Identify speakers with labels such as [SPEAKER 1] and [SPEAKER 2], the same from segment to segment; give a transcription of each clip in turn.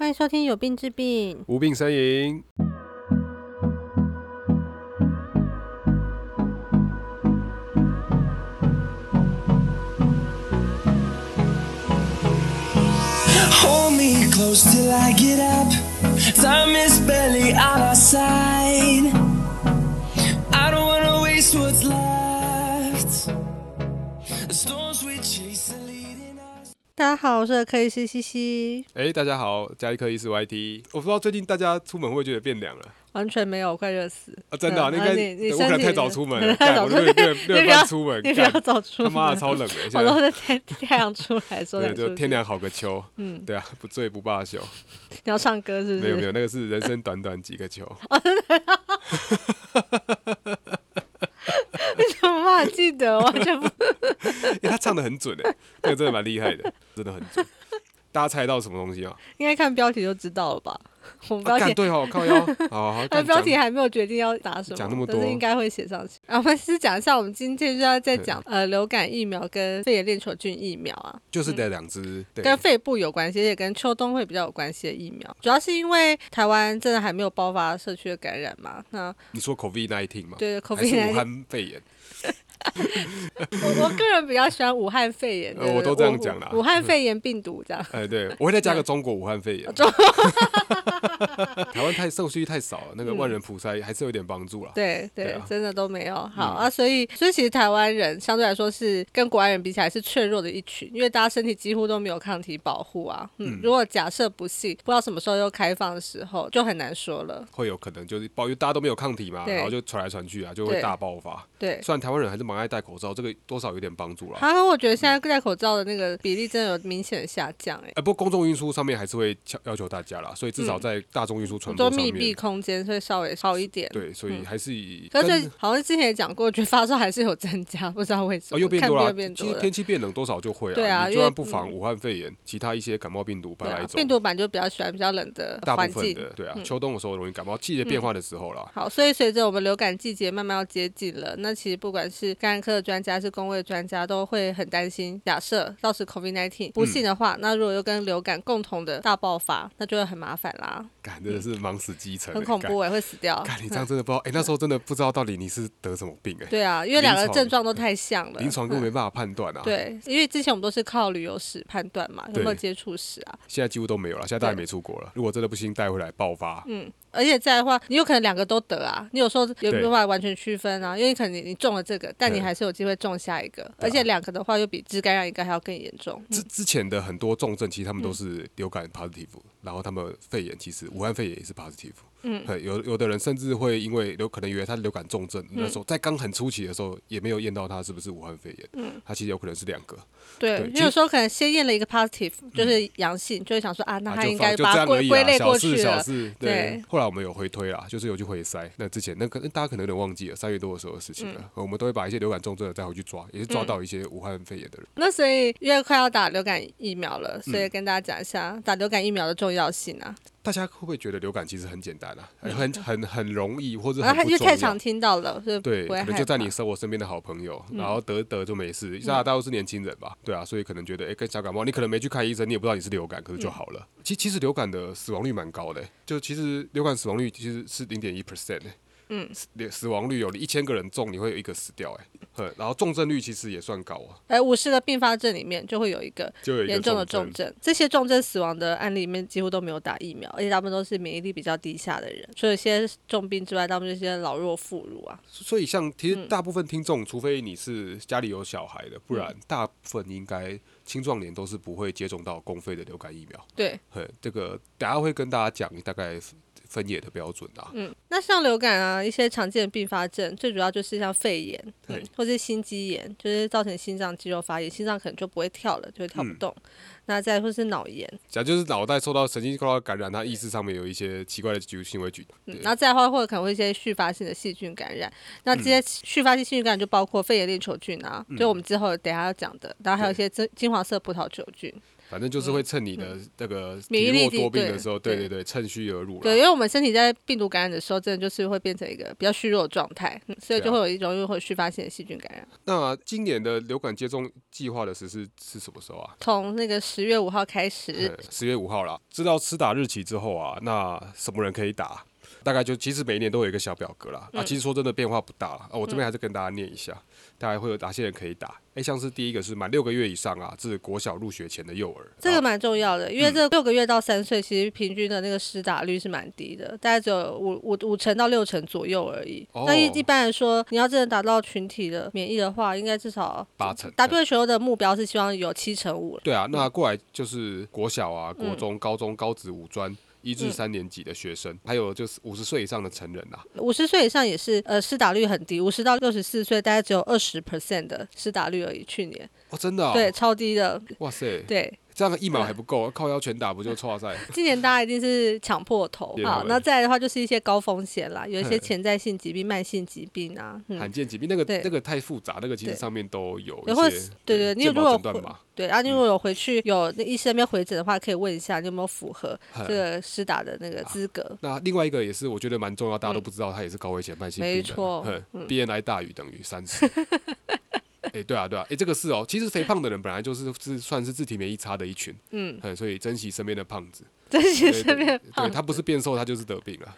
[SPEAKER 1] 迎收听《有病治病》，
[SPEAKER 2] 无病呻吟。
[SPEAKER 3] Hold me close till I get up. Time is barely on our side. I don't wanna waste what's left. The storms we chase are leading us.
[SPEAKER 1] 大家好，我是儿科医师西西，
[SPEAKER 2] 哎、大家好，加一颗医师 YT。我不知道最近大家出门会不会觉得变凉了
[SPEAKER 1] 完全没有，我快热死
[SPEAKER 2] 啊？真的、啊，那应
[SPEAKER 1] 然后你你
[SPEAKER 2] 该我可
[SPEAKER 1] 身
[SPEAKER 2] 能
[SPEAKER 1] 体
[SPEAKER 2] 太早出 门了，
[SPEAKER 1] 太
[SPEAKER 2] 干
[SPEAKER 1] 早
[SPEAKER 2] 我
[SPEAKER 1] 出
[SPEAKER 2] 都六
[SPEAKER 1] 门，
[SPEAKER 2] 点六
[SPEAKER 1] 你
[SPEAKER 2] 点
[SPEAKER 1] 不要
[SPEAKER 2] 半出门，
[SPEAKER 1] 你不要
[SPEAKER 2] 干
[SPEAKER 1] 早出
[SPEAKER 2] 他
[SPEAKER 1] 门，
[SPEAKER 2] 妈的 超冷的，
[SPEAKER 1] 我
[SPEAKER 2] 现
[SPEAKER 1] 都
[SPEAKER 2] 在
[SPEAKER 1] 在天太阳出来说
[SPEAKER 2] 对，
[SPEAKER 1] 才
[SPEAKER 2] 就
[SPEAKER 1] 出去。
[SPEAKER 2] 天 凉好个秋，嗯，对啊，不醉不罢休。
[SPEAKER 1] 你要唱歌是不
[SPEAKER 2] 没有没
[SPEAKER 1] 是？
[SPEAKER 2] 有，那个是人生短短几个秋，
[SPEAKER 1] 哦 怎么办法记得？完 全不
[SPEAKER 2] 因为他唱的很准哎，那个真的蛮厉害的，真的很准。大家猜到什么东西啊？
[SPEAKER 1] 应该看标题就知道了吧？我们
[SPEAKER 2] 啊
[SPEAKER 1] 标
[SPEAKER 2] 干
[SPEAKER 1] 题。
[SPEAKER 2] 对哦，靠腰，好好好，
[SPEAKER 1] 那
[SPEAKER 2] 干
[SPEAKER 1] 标
[SPEAKER 2] 讲
[SPEAKER 1] 题还没有决定要打什么，
[SPEAKER 2] 讲那么
[SPEAKER 1] 但是
[SPEAKER 2] 多
[SPEAKER 1] 应该会写上去。啊，我们先讲一下，我们今天就要再讲呃流感疫苗跟肺炎链球菌疫苗啊。
[SPEAKER 2] 就是得两只，对，
[SPEAKER 1] 跟肺部有关系，而且跟秋冬会比较有关系的疫苗，主要是因为台湾真的还没有爆发社区的感染嘛。那
[SPEAKER 2] 你说 COVID nineteen 吗？
[SPEAKER 1] 对
[SPEAKER 2] 还是武
[SPEAKER 1] COVID-19，
[SPEAKER 2] 汉肺炎？
[SPEAKER 1] 我我个人比较喜欢武汉肺炎，
[SPEAKER 2] 呃
[SPEAKER 1] 对对
[SPEAKER 2] 我都这样讲啦嗯
[SPEAKER 1] 武武汉肺炎病毒这样。
[SPEAKER 2] 哎，对，我会再加个中国武汉肺炎。
[SPEAKER 1] 哦中
[SPEAKER 2] 台湾太社区太少了，那个万人普筛还是有点帮助啦。
[SPEAKER 1] 对对，
[SPEAKER 2] 对啊嗯
[SPEAKER 1] 真的都没有好、啊，所以所以其实台湾人相对来说是跟国外人比起来是脆弱的一群，因为大家身体几乎都没有抗体保护啊。嗯，如果假设不幸不知道什么时候又开放的时候，就很难说了。
[SPEAKER 2] 会有可能就是爆，因为大家都没有抗体嘛，
[SPEAKER 1] 对
[SPEAKER 2] 然后就传来传去啊，就
[SPEAKER 1] 对
[SPEAKER 2] 会大爆发。
[SPEAKER 1] 对，
[SPEAKER 2] 虽然台湾人还是啊蛮爱戴口罩，这个多少有点帮助啦。
[SPEAKER 1] 还有我觉得现在戴口罩的那个比例真的有明显的下降、欸，哎。
[SPEAKER 2] 哎，不过公众运输上面还是会要要求大家啦，所以至少在大众运输传播
[SPEAKER 1] 嗯多
[SPEAKER 2] 上
[SPEAKER 1] 密闭
[SPEAKER 2] 面，
[SPEAKER 1] 空间，所以稍微好一点。，
[SPEAKER 2] 对，所以还是以
[SPEAKER 1] 可是
[SPEAKER 2] 跟
[SPEAKER 1] 最好像之前也讲过，觉得发烧还是有增加，不知道为什
[SPEAKER 2] 哦
[SPEAKER 1] 么。
[SPEAKER 2] 又变
[SPEAKER 1] 看
[SPEAKER 2] 多
[SPEAKER 1] 病
[SPEAKER 2] 了
[SPEAKER 1] 又变，
[SPEAKER 2] 其
[SPEAKER 1] 多
[SPEAKER 2] 实
[SPEAKER 1] 了。
[SPEAKER 2] 天气变冷多少就会
[SPEAKER 1] 对啊因
[SPEAKER 2] 你就
[SPEAKER 1] 为
[SPEAKER 2] 算不防
[SPEAKER 1] 嗯
[SPEAKER 2] 武汉肺炎，其他一些感冒病毒、白
[SPEAKER 1] 对
[SPEAKER 2] 来
[SPEAKER 1] 啊，
[SPEAKER 2] 种，
[SPEAKER 1] 病毒版就比较喜欢比较冷的
[SPEAKER 2] 大
[SPEAKER 1] 环
[SPEAKER 2] 部分
[SPEAKER 1] 境。嗯
[SPEAKER 2] 的对啊，秋冬的时候容易感冒，季节变化的时候啦，
[SPEAKER 1] 好，所以随着我们流感季节慢慢要接近了，那其实不管是感染科的专家、是工位的专家，都会很担心。假设到时 COVID-19 不幸的话，那如果又跟流感共同的大爆发，那就会很麻烦啦，
[SPEAKER 2] 感真的是忙死基层
[SPEAKER 1] 嗯
[SPEAKER 2] 欸，
[SPEAKER 1] 很恐怖、欸，会死掉。
[SPEAKER 2] 看你这样真的不知道，哎、那时候真的不知道到底你是得什么病、哎，
[SPEAKER 1] 对啊，因为
[SPEAKER 2] 临
[SPEAKER 1] 两个
[SPEAKER 2] 床嗯
[SPEAKER 1] 症状都太像了。
[SPEAKER 2] 临床根本没办法判断啊。，
[SPEAKER 1] 对，因为之前我们都是靠旅游史判断嘛，有没有
[SPEAKER 2] 对
[SPEAKER 1] 接触史啊？
[SPEAKER 2] 现在几乎都没有了，现在大家也没出国了。如果真的不幸带回来爆发，
[SPEAKER 1] 而且再的话，你有可能两个都得啊，你有时候有没有
[SPEAKER 2] 对
[SPEAKER 1] 办法完全区分啊？因为可能你你中了这个，但你
[SPEAKER 2] 对啊
[SPEAKER 1] 还是有机会中下一个，而且两个的话又比只感染一个还要更严重。嗯
[SPEAKER 2] 之、之前的很多重症其实他们都是流感 positive，、然后他们肺炎其实武汉肺炎也是 positive。嗯，有有的人甚至会因为有可能以为他流感重症，那
[SPEAKER 1] 嗯
[SPEAKER 2] 时候在刚很初期的时候也没有验到他是不是武汉肺炎，嗯，他其实有可能是两个，
[SPEAKER 1] 对，
[SPEAKER 2] 对
[SPEAKER 1] 因为
[SPEAKER 2] 其实嗯
[SPEAKER 1] 有时候可能先验了一个 positive，就是阳性，就会想说啊，那
[SPEAKER 2] 啊
[SPEAKER 1] 他
[SPEAKER 2] 就
[SPEAKER 1] 应
[SPEAKER 2] 放
[SPEAKER 1] 该
[SPEAKER 2] 就
[SPEAKER 1] 把
[SPEAKER 2] 这
[SPEAKER 1] 它
[SPEAKER 2] 样而
[SPEAKER 1] 归
[SPEAKER 2] 已
[SPEAKER 1] 归
[SPEAKER 2] 啦
[SPEAKER 1] 类
[SPEAKER 2] 小
[SPEAKER 1] 过
[SPEAKER 2] 事
[SPEAKER 1] 去
[SPEAKER 2] 小
[SPEAKER 1] 了。
[SPEAKER 2] 事，
[SPEAKER 1] 对
[SPEAKER 2] 对。后来我们有回推啦，就是有去回筛。那之前那个大家可能有点忘记了，三月多的时候的事情了。
[SPEAKER 1] 嗯
[SPEAKER 2] 我们都会把一些流感重症的再回去抓，也是抓到一些武汉肺炎的人。
[SPEAKER 1] 那所以因为快要打流感疫苗了，
[SPEAKER 2] 嗯
[SPEAKER 1] 所以跟大家讲一下、打流感疫苗的重要性啊。
[SPEAKER 2] 大家会不会觉得流感其实很简单啊，很很很容易，或者
[SPEAKER 1] 然后
[SPEAKER 2] 很
[SPEAKER 1] 他嗯啊因
[SPEAKER 2] 不
[SPEAKER 1] 为
[SPEAKER 2] 重
[SPEAKER 1] 太
[SPEAKER 2] 要
[SPEAKER 1] 常？听到了，所以
[SPEAKER 2] 对，
[SPEAKER 1] 不会
[SPEAKER 2] 可能
[SPEAKER 1] 害
[SPEAKER 2] 就在
[SPEAKER 1] 怕嗯
[SPEAKER 2] 你生活身边的好朋友，然后得得就没事。大家大都是年轻人吧，对啊，所以可能觉得，哎，跟小感冒，你可能没去看医生，你也不知道你是流感，可是
[SPEAKER 1] 嗯
[SPEAKER 2] 就好了。其其实流感的死亡率蛮高的、欸就其实流感死亡率其实是零点一 percent 嗯，死死亡率有你一千个人中，你会有一个死掉、哎，呵然后重症率其实也算高啊，
[SPEAKER 1] 而五十个并发症里面就会有一个
[SPEAKER 2] 就有一个
[SPEAKER 1] 严重的重
[SPEAKER 2] 重
[SPEAKER 1] 症，这些重症死亡的案例里面几乎都没有打疫苗，而且大部分都是免疫力比较低下的人，除了一些重病之外，大部分就是一些老弱妇孺啊。
[SPEAKER 2] 所以像其实大部分听众，除非你是家里有小孩的，
[SPEAKER 1] 嗯
[SPEAKER 2] 不然大部分应该青壮年都是不会接种到公费的流感疫苗。
[SPEAKER 1] 对，
[SPEAKER 2] 呵，这个等下会跟大家讲大概分野的标准啊。
[SPEAKER 1] 嗯那像流感啊，一些常见的并发症，最主要就是像肺炎，嗯
[SPEAKER 2] 对、
[SPEAKER 1] 或是心肌炎，就是造成心脏肌肉发炎，心脏可能就不会跳了，就会
[SPEAKER 2] 嗯
[SPEAKER 1] 跳不动。那再或是脑炎，
[SPEAKER 2] 讲就是脑袋受到神经细胞感染，它意识上面有一些奇怪的举行为举动。
[SPEAKER 1] 嗯，然后再的话，或者可能会一些续发性的细菌感染。那这些续发性细菌感染就包括肺炎链球菌啊，就我们之后等一下要讲的，然后还有一些金金黄色葡萄球菌。
[SPEAKER 2] 反正就是会趁你的那个
[SPEAKER 1] 嗯免疫
[SPEAKER 2] 体
[SPEAKER 1] 力
[SPEAKER 2] 弱
[SPEAKER 1] 低
[SPEAKER 2] 多病
[SPEAKER 1] 对
[SPEAKER 2] 的时候，对
[SPEAKER 1] 对
[SPEAKER 2] 对对，趁虚而入
[SPEAKER 1] 对，
[SPEAKER 2] 了。
[SPEAKER 1] 因为我们身体在病毒感染的时候，真的就是会变成一个比较虚弱的状态，嗯所以
[SPEAKER 2] 对啊
[SPEAKER 1] 就会有一种又会有续发性的细菌感染。
[SPEAKER 2] 那今年的流感接种计划的实施是什么时候啊？
[SPEAKER 1] 从那个十月五号开始，
[SPEAKER 2] 十月五号啦，知道施打日期之后啊，那什么人可以打？大概就其实每一年都有一个小表格啦。
[SPEAKER 1] 嗯
[SPEAKER 2] 啊，其实说真的变化不大啦。啊，我这边还是跟大家念一下，大概会有哪些人可以打。哎，像是第一个是满六个月以上啊，至国小入学前的幼儿，
[SPEAKER 1] 这个
[SPEAKER 2] 啊
[SPEAKER 1] 蛮重要的，因为这六个月到三岁，其实平均的那个施打率是蛮低的，大概只有五五五成到六成左右而已。
[SPEAKER 2] 哦
[SPEAKER 1] 那一一般来说，你要真的达到群体的免疫的话，应该至少
[SPEAKER 2] 八成。
[SPEAKER 1] WHO 的目标是希望有七成五了。
[SPEAKER 2] 对啊，那过来就是国小啊、
[SPEAKER 1] 嗯
[SPEAKER 2] 国中、高中、高职、五专。一至三年级的学生，还有就是五十岁以上的成人啊，
[SPEAKER 1] 五十岁以上也是，呃，施打率很低，五十到六十四岁大概只有二十 percent 的施打率而已。去年，
[SPEAKER 2] 哦，真的、哦，
[SPEAKER 1] 对，，超低的，
[SPEAKER 2] 哇塞，
[SPEAKER 1] 对。
[SPEAKER 2] 这样一秒还不够，靠腰全打不就错啊赛？
[SPEAKER 1] 今年大家一定是抢破头
[SPEAKER 2] 也，
[SPEAKER 1] 好，
[SPEAKER 2] 会
[SPEAKER 1] 那再来的话就是一些高风险啦，有一些
[SPEAKER 2] 嗯
[SPEAKER 1] 潜在性疾病、慢性疾病啊，嗯，
[SPEAKER 2] 罕见疾病那个
[SPEAKER 1] 对
[SPEAKER 2] 那个太复杂，那个其实
[SPEAKER 1] 对
[SPEAKER 2] 上面都有
[SPEAKER 1] 也或
[SPEAKER 2] 一
[SPEAKER 1] 是
[SPEAKER 2] 些
[SPEAKER 1] 对对，你
[SPEAKER 2] 健
[SPEAKER 1] 如
[SPEAKER 2] 保
[SPEAKER 1] 果
[SPEAKER 2] 诊
[SPEAKER 1] 回
[SPEAKER 2] 断嗯吧。
[SPEAKER 1] 对啊，你如果有回去有那医生那边回诊的话，可以问一下你有没有符合
[SPEAKER 2] 嗯
[SPEAKER 1] 这个施打的那个
[SPEAKER 2] 啊
[SPEAKER 1] 资格。
[SPEAKER 2] 那另外一个也是我觉得蛮重要，大家都不知道，它也是高危险慢性
[SPEAKER 1] 嗯
[SPEAKER 2] 病
[SPEAKER 1] 没
[SPEAKER 2] 人，
[SPEAKER 1] 错嗯
[SPEAKER 2] 哼，BNI 大于等于 三十。哎，对啊，对啊，哎，这个是哦，其实肥胖的人本来就是是算是自体免疫差的一群，
[SPEAKER 1] 嗯，
[SPEAKER 2] 嗯，所以珍惜身边的胖子，
[SPEAKER 1] 珍惜
[SPEAKER 2] 对
[SPEAKER 1] 身边的
[SPEAKER 2] 对
[SPEAKER 1] 胖
[SPEAKER 2] 对他不是变瘦，他就是得病 了。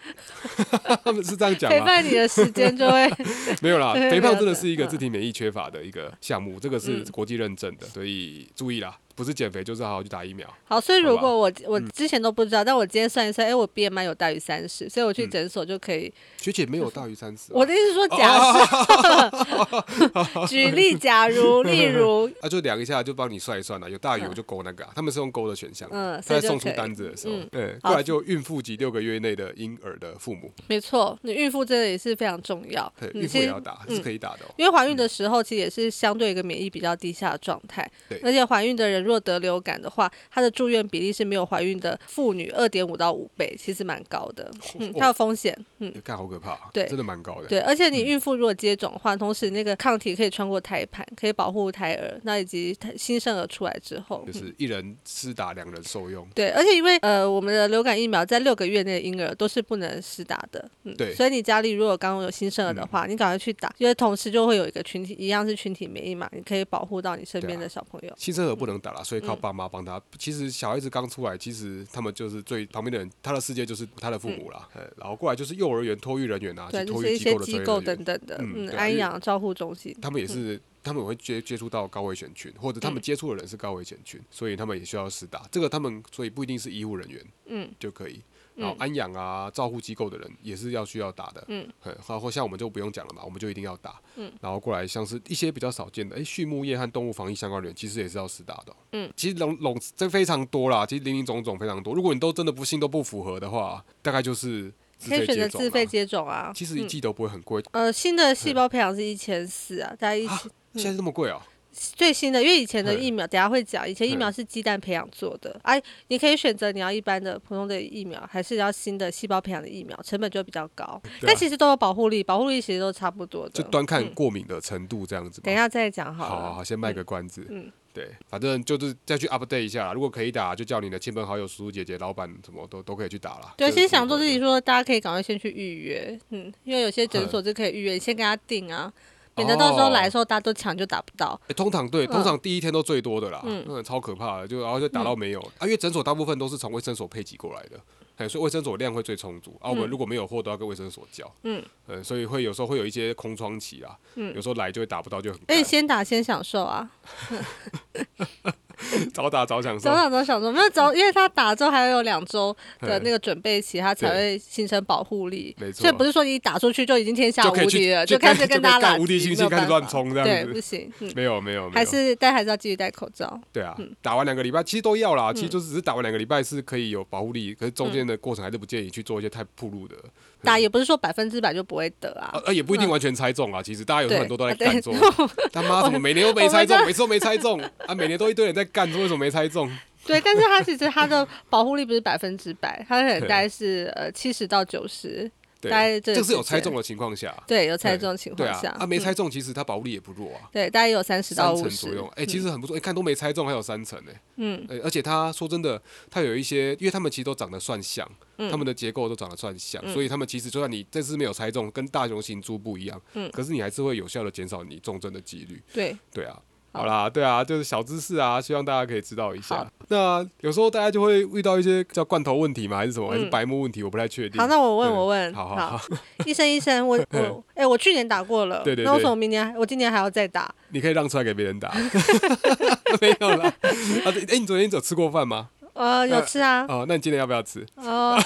[SPEAKER 2] 他们是这样讲
[SPEAKER 1] 陪
[SPEAKER 2] 吗？
[SPEAKER 1] 伴你的时间就会
[SPEAKER 2] 没有啦，
[SPEAKER 1] 对
[SPEAKER 2] 肥胖
[SPEAKER 1] 没有
[SPEAKER 2] 真的
[SPEAKER 1] 的
[SPEAKER 2] 是一个
[SPEAKER 1] 嗯
[SPEAKER 2] 自体免疫缺乏的一个项目，这个是国际认证的，所以注意啦，不是减肥就是好好去打疫苗。
[SPEAKER 1] 好。所以如
[SPEAKER 2] 好吧嗯
[SPEAKER 1] 果我我之前都不知道，但我今天算一算，哎，我 BMI 有大于三十，所以
[SPEAKER 2] 嗯
[SPEAKER 1] 我去诊所就可以。
[SPEAKER 2] 学姐没有大于三十、啊，
[SPEAKER 1] 我的意思是说，假
[SPEAKER 2] 哦
[SPEAKER 1] 设举例，假如，例如，
[SPEAKER 2] 啊，就量一下，就帮你算一算了、有大于我就勾那个、啊，他们是用勾的选项，
[SPEAKER 1] 嗯
[SPEAKER 2] 他
[SPEAKER 1] 所以就
[SPEAKER 2] 在送出
[SPEAKER 1] 可以
[SPEAKER 2] 单子的时候，
[SPEAKER 1] 嗯
[SPEAKER 2] 对，
[SPEAKER 1] 好
[SPEAKER 2] 过来就孕妇及六个月内的婴儿的父母，
[SPEAKER 1] 没错，你孕妇真的也是非常重要
[SPEAKER 2] 对，。
[SPEAKER 1] 你
[SPEAKER 2] 孕
[SPEAKER 1] 嗯
[SPEAKER 2] 妇
[SPEAKER 1] 先
[SPEAKER 2] 也要打，是可以打的、哦。
[SPEAKER 1] 因为怀孕的时候，其实也是相对一个免疫比较低下的状态。
[SPEAKER 2] 对
[SPEAKER 1] 而且怀孕的人若得流感的话，她的住院比例是没有怀孕的妇女二点五到五倍，其实蛮高的。嗯，
[SPEAKER 2] 哦
[SPEAKER 1] 它有风险。嗯，
[SPEAKER 2] 欸看好可怕、啊，
[SPEAKER 1] 对
[SPEAKER 2] 真的蛮高的。
[SPEAKER 1] 对。而且
[SPEAKER 2] 嗯
[SPEAKER 1] 你孕妇如果接种的话，同时那个抗体可以穿过胎盘，可以保护胎儿，那以及胎新生儿出来之后。
[SPEAKER 2] 就
[SPEAKER 1] 嗯
[SPEAKER 2] 是一人施打，两人受用。
[SPEAKER 1] 对，而且因为呃，我们的流感疫苗在六个月内的婴儿都是不能施打的，嗯，
[SPEAKER 2] 对嗯
[SPEAKER 1] 所以你家里如果刚刚有新生儿的话，你赶快去打，因为同时就会有一个群体，一样是群体免疫嘛，你可以保护到你身边
[SPEAKER 2] 对啊
[SPEAKER 1] 的小朋友。
[SPEAKER 2] 新生儿不能打了，所以
[SPEAKER 1] 嗯
[SPEAKER 2] 靠爸妈帮他。其实小孩子刚出来，其实他们就是最旁边的人，他的世界就是他的父母啦。呃然后过来就是幼儿园托育人员啊，
[SPEAKER 1] 嗯对，
[SPEAKER 2] 及
[SPEAKER 1] 就
[SPEAKER 2] 托
[SPEAKER 1] 是
[SPEAKER 2] 育
[SPEAKER 1] 一
[SPEAKER 2] 机
[SPEAKER 1] 些
[SPEAKER 2] 构的
[SPEAKER 1] 机
[SPEAKER 2] 托
[SPEAKER 1] 构
[SPEAKER 2] 育人员
[SPEAKER 1] 等等的，
[SPEAKER 2] 嗯
[SPEAKER 1] 嗯，
[SPEAKER 2] 对啊
[SPEAKER 1] 安
[SPEAKER 2] 因为
[SPEAKER 1] 养照护中心。
[SPEAKER 2] 他们也
[SPEAKER 1] 嗯
[SPEAKER 2] 是，他们也会接接触到高危险群，或者他们接触的人是高危险群，所以他们也需要施打。这个他们所以不一定是医护人员，
[SPEAKER 1] 嗯，
[SPEAKER 2] 就可以。然后安养啊、照护机构的人也是要需要打的，
[SPEAKER 1] 嗯，
[SPEAKER 2] 然后像我们就不用讲了嘛，我们就一定要打，嗯，然后过来像是一些比较少见的，哎，畜牧业和动物防疫相关的人其实也是要施打的哦，
[SPEAKER 1] 嗯，
[SPEAKER 2] 其实笼笼这非常多啦，其实林林总总非常多。如果你都真的不幸都不符合的话，大概就是自
[SPEAKER 1] 可以
[SPEAKER 2] 费
[SPEAKER 1] 选择
[SPEAKER 2] 接种
[SPEAKER 1] 自费
[SPEAKER 2] 啦
[SPEAKER 1] 接种啊，
[SPEAKER 2] 其实一
[SPEAKER 1] 嗯
[SPEAKER 2] 剂都不会很贵，
[SPEAKER 1] 呃，新的细胞培养是一千四啊，大概一
[SPEAKER 2] 啊
[SPEAKER 1] 千
[SPEAKER 2] 现在这么贵哦，
[SPEAKER 1] 最新的，因为以前的
[SPEAKER 2] 嗯
[SPEAKER 1] 疫苗，等一下会讲，以前疫
[SPEAKER 2] 嗯
[SPEAKER 1] 苗是鸡蛋培养做的，哎、你可以选择你要一般的普通的疫苗，还是要新的细胞培养的疫苗，成本就比较高，但其实都有保护力，保护力其实都差不多的。
[SPEAKER 2] 啊就端看
[SPEAKER 1] 嗯
[SPEAKER 2] 过敏的程度这样子吧。
[SPEAKER 1] 等一下再讲好
[SPEAKER 2] 好
[SPEAKER 1] 了。
[SPEAKER 2] 好好，先卖个关子。
[SPEAKER 1] 嗯
[SPEAKER 2] 对，反正就是再去 update 一下啦。如果可以打，就叫你的亲朋好友、叔叔姐姐、老板什么都都可以去打啦。
[SPEAKER 1] 对，
[SPEAKER 2] 这是
[SPEAKER 1] 先想做自
[SPEAKER 2] 符合
[SPEAKER 1] 己
[SPEAKER 2] 的。
[SPEAKER 1] 说，大家可以赶快先去预约，嗯，因为有些诊所是可以预约，你先跟他订啊，免得
[SPEAKER 2] 哦
[SPEAKER 1] 到时候来的时候大家都抢就打不到。
[SPEAKER 2] 诶哎通常对，通常第一天都最多的啦，
[SPEAKER 1] 嗯
[SPEAKER 2] 嗯，超可怕的，就然后就打到没有啊，因为诊所大部分都是从卫生所配给过来的，哎，所以卫生所量会最充足啊。我们如果没有货，都要跟卫生所叫，
[SPEAKER 1] 嗯
[SPEAKER 2] 嗯，所以会有时候会有一些空窗期啊，
[SPEAKER 1] 嗯
[SPEAKER 2] 有时候来就会打不到，就很
[SPEAKER 1] 而且
[SPEAKER 2] 干
[SPEAKER 1] 哎先打先享受啊，
[SPEAKER 2] 早打早享受
[SPEAKER 1] 早。打早享受，没有
[SPEAKER 2] 嗯
[SPEAKER 1] 早，因为他打之后还有两周的那个准备期，他才
[SPEAKER 2] 对
[SPEAKER 1] 会形成保护力。
[SPEAKER 2] 没错
[SPEAKER 1] 所以不是说你打出去就已经天下
[SPEAKER 2] 就可以
[SPEAKER 1] 无
[SPEAKER 2] 去
[SPEAKER 1] 敌了，
[SPEAKER 2] 就
[SPEAKER 1] 开始
[SPEAKER 2] 可以
[SPEAKER 1] 跟
[SPEAKER 2] 就
[SPEAKER 1] 大家
[SPEAKER 2] 可以干
[SPEAKER 1] 打
[SPEAKER 2] 无敌星星开始乱冲这样
[SPEAKER 1] 对，
[SPEAKER 2] 子
[SPEAKER 1] 不行，嗯，
[SPEAKER 2] 没有没有，没
[SPEAKER 1] 还
[SPEAKER 2] 有。
[SPEAKER 1] 是但还是要继续戴口罩。
[SPEAKER 2] 对啊，
[SPEAKER 1] 嗯
[SPEAKER 2] 打完两个礼拜其实都要啦，其实就只是打完两个礼拜是可以有保护力，可是中间的过程还是不建议去做一些太铺路的。
[SPEAKER 1] 打也不是说百分之百就不会得啊
[SPEAKER 2] 嗯啊，，呃，也不一定完全猜中啊。其实大家有时
[SPEAKER 1] 对，
[SPEAKER 2] 候很多都在
[SPEAKER 1] 啊对
[SPEAKER 2] 干说，他妈怎么每年都没猜中，每次都没猜中啊，每年都一堆人在干，说为什么没猜中？
[SPEAKER 1] 对，但 是它其实它的 保护力不是百分之百，它可能大概是呃七十到九十。
[SPEAKER 2] 对，
[SPEAKER 1] 大概这
[SPEAKER 2] 这
[SPEAKER 1] 个
[SPEAKER 2] 个是有
[SPEAKER 1] 区
[SPEAKER 2] 猜
[SPEAKER 1] 间
[SPEAKER 2] 中的情况下，
[SPEAKER 1] 对，有猜中的情
[SPEAKER 2] 对
[SPEAKER 1] 况
[SPEAKER 2] 啊
[SPEAKER 1] 下，，
[SPEAKER 2] 啊没猜
[SPEAKER 1] 嗯
[SPEAKER 2] 中，其实它保护力也不弱啊。
[SPEAKER 1] 对，大概也有三十到
[SPEAKER 2] 三
[SPEAKER 1] 五
[SPEAKER 2] 成
[SPEAKER 1] 十嗯
[SPEAKER 2] 左右，哎、其实很不错，哎、看都没猜中，还有三成哎、嗯、而且它说真的，它有一些，因为它们其实都长得算像，它
[SPEAKER 1] 嗯
[SPEAKER 2] 们的结构都长得算像，所以它们其实就算你这次没有猜中，跟大雄型猪不一样，嗯，可是你还是会有效的减少你重症的几率，
[SPEAKER 1] 对，
[SPEAKER 2] 对啊。
[SPEAKER 1] 好
[SPEAKER 2] 好啦，对啊，就是小知识啊，希望大家可以知道一下。那有时候大家就会遇到一些叫罐头问题嘛，还是什么，还是白目问题，我不太确
[SPEAKER 1] 嗯
[SPEAKER 2] 定。
[SPEAKER 1] 好，那我问，
[SPEAKER 2] 对
[SPEAKER 1] 我问，
[SPEAKER 2] 好好 好，
[SPEAKER 1] 医生，医生， 我我，哎、我去年打过了，
[SPEAKER 2] 嗯对对
[SPEAKER 1] 那为
[SPEAKER 2] 对
[SPEAKER 1] 什么明年我今年还要再打？
[SPEAKER 2] 你可以让出来给别人打， 没有啦。啊，对哎、你昨天有吃过饭吗？
[SPEAKER 1] 呃，有
[SPEAKER 2] 呃
[SPEAKER 1] 吃啊，
[SPEAKER 2] 哦，那你今天要不要吃？
[SPEAKER 1] 哦、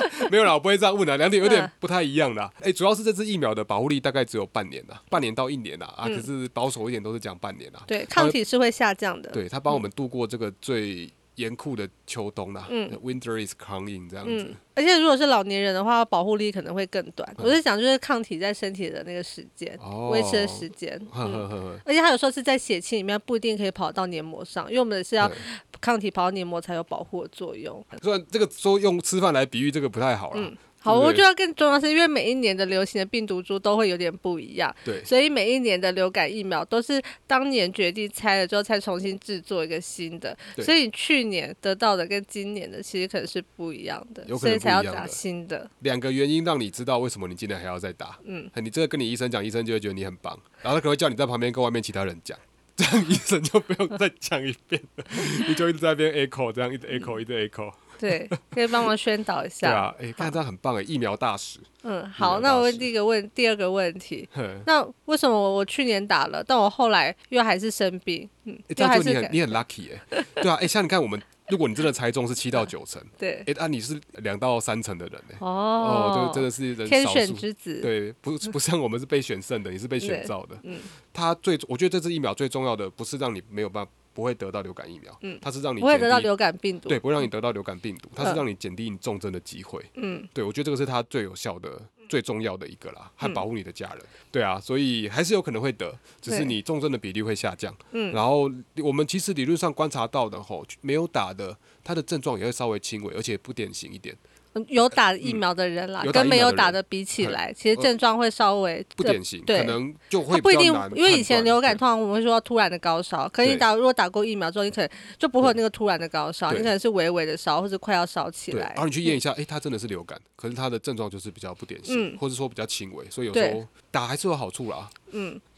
[SPEAKER 2] 没有啦，我不会这样问啦，啊两点有点
[SPEAKER 1] 嗯
[SPEAKER 2] 不太一样啦。哎、主要是这支疫苗的保护力大概只有半年啦，半年到一年啦，啊，可是保守一点都是讲半年啦。
[SPEAKER 1] 嗯对，嗯
[SPEAKER 2] 它
[SPEAKER 1] 抗
[SPEAKER 2] 会
[SPEAKER 1] 体是会下降的，
[SPEAKER 2] 哦对，它帮我们度过这个最严酷的秋冬啦。Winter is coming 这样子。
[SPEAKER 1] 嗯，而且如果是老年人的话，保护力可能会更短。我是讲就是抗体在身体的那个时间，
[SPEAKER 2] 嗯哦
[SPEAKER 1] 维持的时间，
[SPEAKER 2] 呵
[SPEAKER 1] 嗯。
[SPEAKER 2] 呵呵呵，
[SPEAKER 1] 而且它有时候是在血清里面，不一定可以跑到黏膜上，因为我们是要
[SPEAKER 2] 对
[SPEAKER 1] 抗体跑到黏膜才有保护的作用。
[SPEAKER 2] 虽然这个说用吃饭来比喻这个不太好啦，
[SPEAKER 1] 好，
[SPEAKER 2] 对不
[SPEAKER 1] 我
[SPEAKER 2] 对
[SPEAKER 1] 觉得更重要是因为每一年的流行的病毒株都会有点不一样，
[SPEAKER 2] 对
[SPEAKER 1] 所以每一年的流感疫苗都是当年决定拆了之后才重新制作一个新的，
[SPEAKER 2] 对
[SPEAKER 1] 所以去年得到的跟今年的其实可能是不一样的，
[SPEAKER 2] 有可
[SPEAKER 1] 所以
[SPEAKER 2] 能不
[SPEAKER 1] 才
[SPEAKER 2] 一
[SPEAKER 1] 要
[SPEAKER 2] 样
[SPEAKER 1] 打
[SPEAKER 2] 的
[SPEAKER 1] 新 的。
[SPEAKER 2] 两个原因让你知道为什么你今天还要再打。嗯，你这个跟你医生讲，医生就会觉得你很棒，然后他可能会叫你在旁边跟外面其他人讲， 这样医生就不用再讲一遍了，你就一直在那边 echo，这样一直
[SPEAKER 1] 嗯
[SPEAKER 2] echo，一直 echo。
[SPEAKER 1] 对，可以帮忙宣导一
[SPEAKER 2] 对
[SPEAKER 1] 下。
[SPEAKER 2] 啊，哎，看这样很棒哎，疫苗大使。
[SPEAKER 1] 嗯，
[SPEAKER 2] 疫苗
[SPEAKER 1] 好，那
[SPEAKER 2] 大
[SPEAKER 1] 我问
[SPEAKER 2] 使
[SPEAKER 1] 第一个问，第二个问题，
[SPEAKER 2] 哼
[SPEAKER 1] 那为什么我我去年打了，但我后来又还是生病？嗯，
[SPEAKER 2] 欸、这
[SPEAKER 1] 又
[SPEAKER 2] 样
[SPEAKER 1] 还
[SPEAKER 2] 就是你很
[SPEAKER 1] 感
[SPEAKER 2] 你很 lucky 哎、对啊，哎、像你看我们，如果你真的猜中是七到九成，
[SPEAKER 1] 对
[SPEAKER 2] 哎、啊你是两到三成的人哎、
[SPEAKER 1] 哦
[SPEAKER 2] 哦，就真的是人
[SPEAKER 1] 天
[SPEAKER 2] 少
[SPEAKER 1] 选
[SPEAKER 2] 数
[SPEAKER 1] 之子。
[SPEAKER 2] 对，不不像我们是被选剩的，你是被选
[SPEAKER 1] 对
[SPEAKER 2] 到的。嗯，它最我觉得这支疫苗最重要的不是让你没有办法不会得到流感疫苗，嗯，它是让你
[SPEAKER 1] 不会
[SPEAKER 2] 减
[SPEAKER 1] 得到
[SPEAKER 2] 低
[SPEAKER 1] 流感病毒。
[SPEAKER 2] 对，不会让你得到流感病毒，它是
[SPEAKER 1] 嗯
[SPEAKER 2] 让你减低你重症的机会。
[SPEAKER 1] 嗯，
[SPEAKER 2] 对，我觉得这个是它最有效的、最重要的一个啦，和保护你的家人。对啊，所以还是有可能会得，只是
[SPEAKER 1] 对
[SPEAKER 2] 你重症的比例会下降。嗯，然后我们其实理论上观察到的吼，没有打的，它的症状也会稍微轻微，而且不典型一点，
[SPEAKER 1] 嗯有打疫苗的人啦，
[SPEAKER 2] 有打
[SPEAKER 1] 跟
[SPEAKER 2] 疫
[SPEAKER 1] 没
[SPEAKER 2] 苗
[SPEAKER 1] 有
[SPEAKER 2] 的
[SPEAKER 1] 打
[SPEAKER 2] 人
[SPEAKER 1] 的比起
[SPEAKER 2] 嗯
[SPEAKER 1] 来，其实
[SPEAKER 2] 呃
[SPEAKER 1] 症状会稍微
[SPEAKER 2] 不
[SPEAKER 1] 呃
[SPEAKER 2] 典型，
[SPEAKER 1] 对
[SPEAKER 2] 可能就会
[SPEAKER 1] 它不一
[SPEAKER 2] 比
[SPEAKER 1] 定
[SPEAKER 2] 较难，
[SPEAKER 1] 因为以前
[SPEAKER 2] 判断
[SPEAKER 1] 流感
[SPEAKER 2] 对
[SPEAKER 1] 通常我们会说突然的高烧，可是你
[SPEAKER 2] 对
[SPEAKER 1] 打如果打过疫苗之后，你可能就不会有那个突然的高烧，你
[SPEAKER 2] 对
[SPEAKER 1] 可能是微微的烧或者快要烧起
[SPEAKER 2] 对，
[SPEAKER 1] 来
[SPEAKER 2] 然。后你去验一下，哎、它真的是流感，可是它的症状就是比较不典型，
[SPEAKER 1] 嗯
[SPEAKER 2] 或者说比较轻微，所以有
[SPEAKER 1] 对
[SPEAKER 2] 时候打还是有好处啦。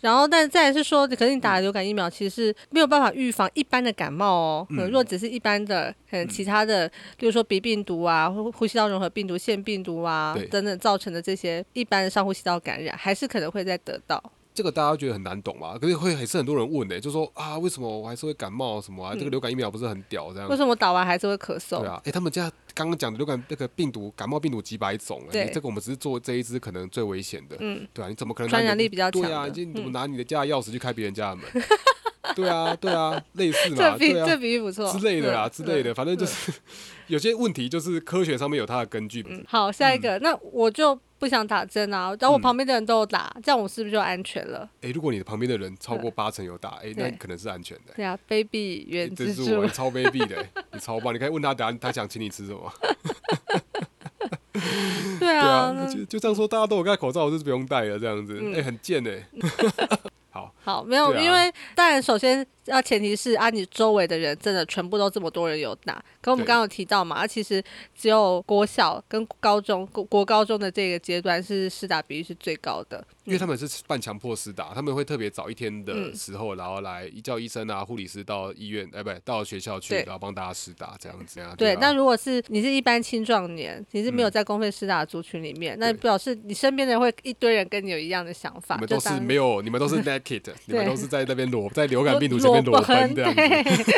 [SPEAKER 1] 然后，但再来是说，可是你打
[SPEAKER 2] 嗯
[SPEAKER 1] 了流感疫苗，其实是没有办法预防一般的感冒哦。嗯，如果只是一般的，可能
[SPEAKER 2] 嗯
[SPEAKER 1] 其他的，比如说鼻病毒啊、呼呼吸道融合病毒、腺病毒啊
[SPEAKER 2] 对
[SPEAKER 1] 等等造成的这些一般的上呼吸道感染，还是可能会再得到。
[SPEAKER 2] 这个大家觉得很难懂嘛，可是会还是很多人问呢、就说啊，为什么我还是会感冒什么啊？这个流感疫苗不是很屌这样
[SPEAKER 1] 嗯为？什么我打完还是会咳嗽？
[SPEAKER 2] 嗯对啊，哎、他们家刚刚讲的流感那个病毒，感冒病毒几百种了、
[SPEAKER 1] 对
[SPEAKER 2] 你这个我们只是做这一支可能最危险的，嗯，对啊，你怎么可能拿
[SPEAKER 1] 传
[SPEAKER 2] 你的
[SPEAKER 1] 染力比较强
[SPEAKER 2] 对啊，
[SPEAKER 1] 的嗯
[SPEAKER 2] 你你怎么拿你的家的钥匙去开别人家的门？ 对啊，对啊，类似嘛，
[SPEAKER 1] 这比、
[SPEAKER 2] 对啊
[SPEAKER 1] 这比喻不错
[SPEAKER 2] 之类的啦，
[SPEAKER 1] 嗯
[SPEAKER 2] 之类的，反正就是有些问题就是科学上面有它的根据，
[SPEAKER 1] 嗯好，下一个，那我就不想打针啊，然后
[SPEAKER 2] 嗯
[SPEAKER 1] 我旁边的人都有打，这样我是不是就安全了？
[SPEAKER 2] 诶，如果你的旁边的人超过八成有打，诶，那
[SPEAKER 1] 嗯对
[SPEAKER 2] 可能是安全的、
[SPEAKER 1] 对啊，baby 原
[SPEAKER 2] 珍
[SPEAKER 1] 蜘
[SPEAKER 2] 珠哎我
[SPEAKER 1] 蛛
[SPEAKER 2] 你，超卑鄙的、你超棒！你可以问他，等下他想请你吃什么？
[SPEAKER 1] 对
[SPEAKER 2] 对
[SPEAKER 1] 啊，
[SPEAKER 2] 啊，
[SPEAKER 1] 那嗯
[SPEAKER 2] 就就这样说，大家都有戴口罩，我就是不用戴了，这样子，诶，很贱 哎、好，
[SPEAKER 1] 好，没有，
[SPEAKER 2] 对啊
[SPEAKER 1] 因为当然首先要前提是啊，你周围的人真的全部都这么多人有打，可我们
[SPEAKER 2] 对
[SPEAKER 1] 刚刚有提到嘛，啊，其实只有国小跟高中国国高中的这个阶段是施打比率是最高的，
[SPEAKER 2] 因为他们是半强迫施打，他们会特别早一天
[SPEAKER 1] 嗯
[SPEAKER 2] 的时候，然后来叫医生啊、护理师到医院，哎，不对，到学校去，
[SPEAKER 1] 对
[SPEAKER 2] 然后帮大家施打，这样子啊。
[SPEAKER 1] 对，
[SPEAKER 2] 啊嗯
[SPEAKER 1] 那如果是你是一般青壮年，你是没有在公费施打的族群里面，那
[SPEAKER 2] 对
[SPEAKER 1] 表示你身边的人会一堆人跟你有一样的想法，
[SPEAKER 2] 你们
[SPEAKER 1] 就
[SPEAKER 2] 都是
[SPEAKER 1] 当
[SPEAKER 2] 没有，你们都是 naked，你们都是在那边裸，在流感病毒前
[SPEAKER 1] 裸
[SPEAKER 2] 面裸奔
[SPEAKER 1] 奔
[SPEAKER 2] 这样
[SPEAKER 1] 对
[SPEAKER 2] 子，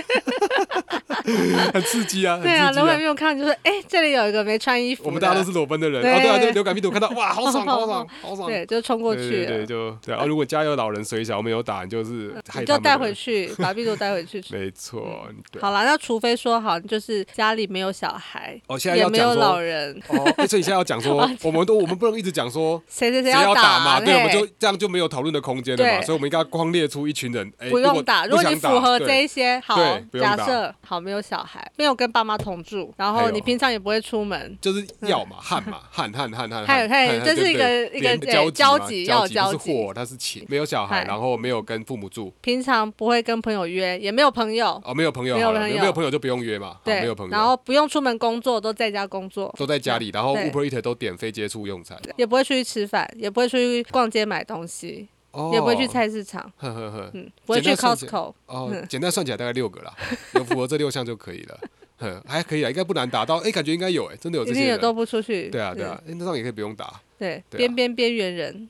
[SPEAKER 2] 很刺激啊，很
[SPEAKER 1] 对啊，
[SPEAKER 2] 刺
[SPEAKER 1] 流感
[SPEAKER 2] 激啊。
[SPEAKER 1] 病我看到就说，哎、这里有一个没穿衣服的，
[SPEAKER 2] 我们大家都是裸奔的人，
[SPEAKER 1] 对
[SPEAKER 2] 哦，对啊，就流感病毒看到哇，好爽，好爽，好爽。
[SPEAKER 1] 对，就冲过去了。嗯
[SPEAKER 2] 对对对，就对啊。如果家有老人、水小没有打，你就是害
[SPEAKER 1] 你
[SPEAKER 2] 他
[SPEAKER 1] 就
[SPEAKER 2] 们
[SPEAKER 1] 带
[SPEAKER 2] 了
[SPEAKER 1] 回。去，把病毒带回 去吃。
[SPEAKER 2] 没错，对。
[SPEAKER 1] 好啦，那除非说好，就是家里没有小孩，
[SPEAKER 2] 哦现在
[SPEAKER 1] 也
[SPEAKER 2] 要
[SPEAKER 1] 没有
[SPEAKER 2] 讲说
[SPEAKER 1] 老人，
[SPEAKER 2] 哦，哎所以你现在要 讲说，我们都我们不能一直讲说
[SPEAKER 1] 谁 谁谁
[SPEAKER 2] 谁要
[SPEAKER 1] 打
[SPEAKER 2] 嘛？
[SPEAKER 1] 嘿
[SPEAKER 2] 对，我们就这样就没有讨论的空间了嘛，
[SPEAKER 1] 对
[SPEAKER 2] 所以我们应该光列出一群人，哎，
[SPEAKER 1] 不
[SPEAKER 2] 如果
[SPEAKER 1] 用打。如果你你
[SPEAKER 2] 想打
[SPEAKER 1] 符合
[SPEAKER 2] 对
[SPEAKER 1] 这一些，好
[SPEAKER 2] 对，不用
[SPEAKER 1] 假
[SPEAKER 2] 打
[SPEAKER 1] 设好没有小孩，没有跟爸妈同住，然
[SPEAKER 2] 还
[SPEAKER 1] 后
[SPEAKER 2] 有
[SPEAKER 1] 你平常也不会出门，
[SPEAKER 2] 就是要嘛，汉 嘛，汉汉汉汉，
[SPEAKER 1] 还有还有
[SPEAKER 2] 汉
[SPEAKER 1] 这是
[SPEAKER 2] 对
[SPEAKER 1] 一
[SPEAKER 2] 对
[SPEAKER 1] 个一个
[SPEAKER 2] 连
[SPEAKER 1] 对
[SPEAKER 2] 交
[SPEAKER 1] 交
[SPEAKER 2] 集
[SPEAKER 1] 集
[SPEAKER 2] 嘛
[SPEAKER 1] 要
[SPEAKER 2] 交
[SPEAKER 1] 交
[SPEAKER 2] 集，不是
[SPEAKER 1] 集
[SPEAKER 2] 货，他是情，没有小孩，
[SPEAKER 1] 嗨
[SPEAKER 2] 然后没有跟父母住，
[SPEAKER 1] 平常不会跟朋友约，也没有朋友，
[SPEAKER 2] 哦，没有朋友
[SPEAKER 1] 没有
[SPEAKER 2] 好了，
[SPEAKER 1] 朋友
[SPEAKER 2] 没有朋友就不用约嘛，好哦
[SPEAKER 1] 对，
[SPEAKER 2] 没有朋友，
[SPEAKER 1] 然后不用出门工作，都在家工作，
[SPEAKER 2] 都在家里，然后
[SPEAKER 1] 对
[SPEAKER 2] Uber Eat 都点非接触用餐，
[SPEAKER 1] 也不会出去吃饭，也不会出去逛街买东西，
[SPEAKER 2] 哦，
[SPEAKER 1] 也不会去，菜市场，
[SPEAKER 2] 呵呵呵，
[SPEAKER 1] 嗯，不会去
[SPEAKER 2] 简单算
[SPEAKER 1] Costco。
[SPEAKER 2] 哦，简单算起来大概六个啦，有符合这六项就可以了，哼，还可以啦，应该不难达到，哎，感觉应该有，哎，真的有
[SPEAKER 1] 一
[SPEAKER 2] 这
[SPEAKER 1] 定
[SPEAKER 2] 些
[SPEAKER 1] 也
[SPEAKER 2] 人，
[SPEAKER 1] 都不出去，
[SPEAKER 2] 对啊，对
[SPEAKER 1] 嗯
[SPEAKER 2] 啊，哎，那这样也可以不用打，
[SPEAKER 1] 对，
[SPEAKER 2] 对啊
[SPEAKER 1] 边边边缘人，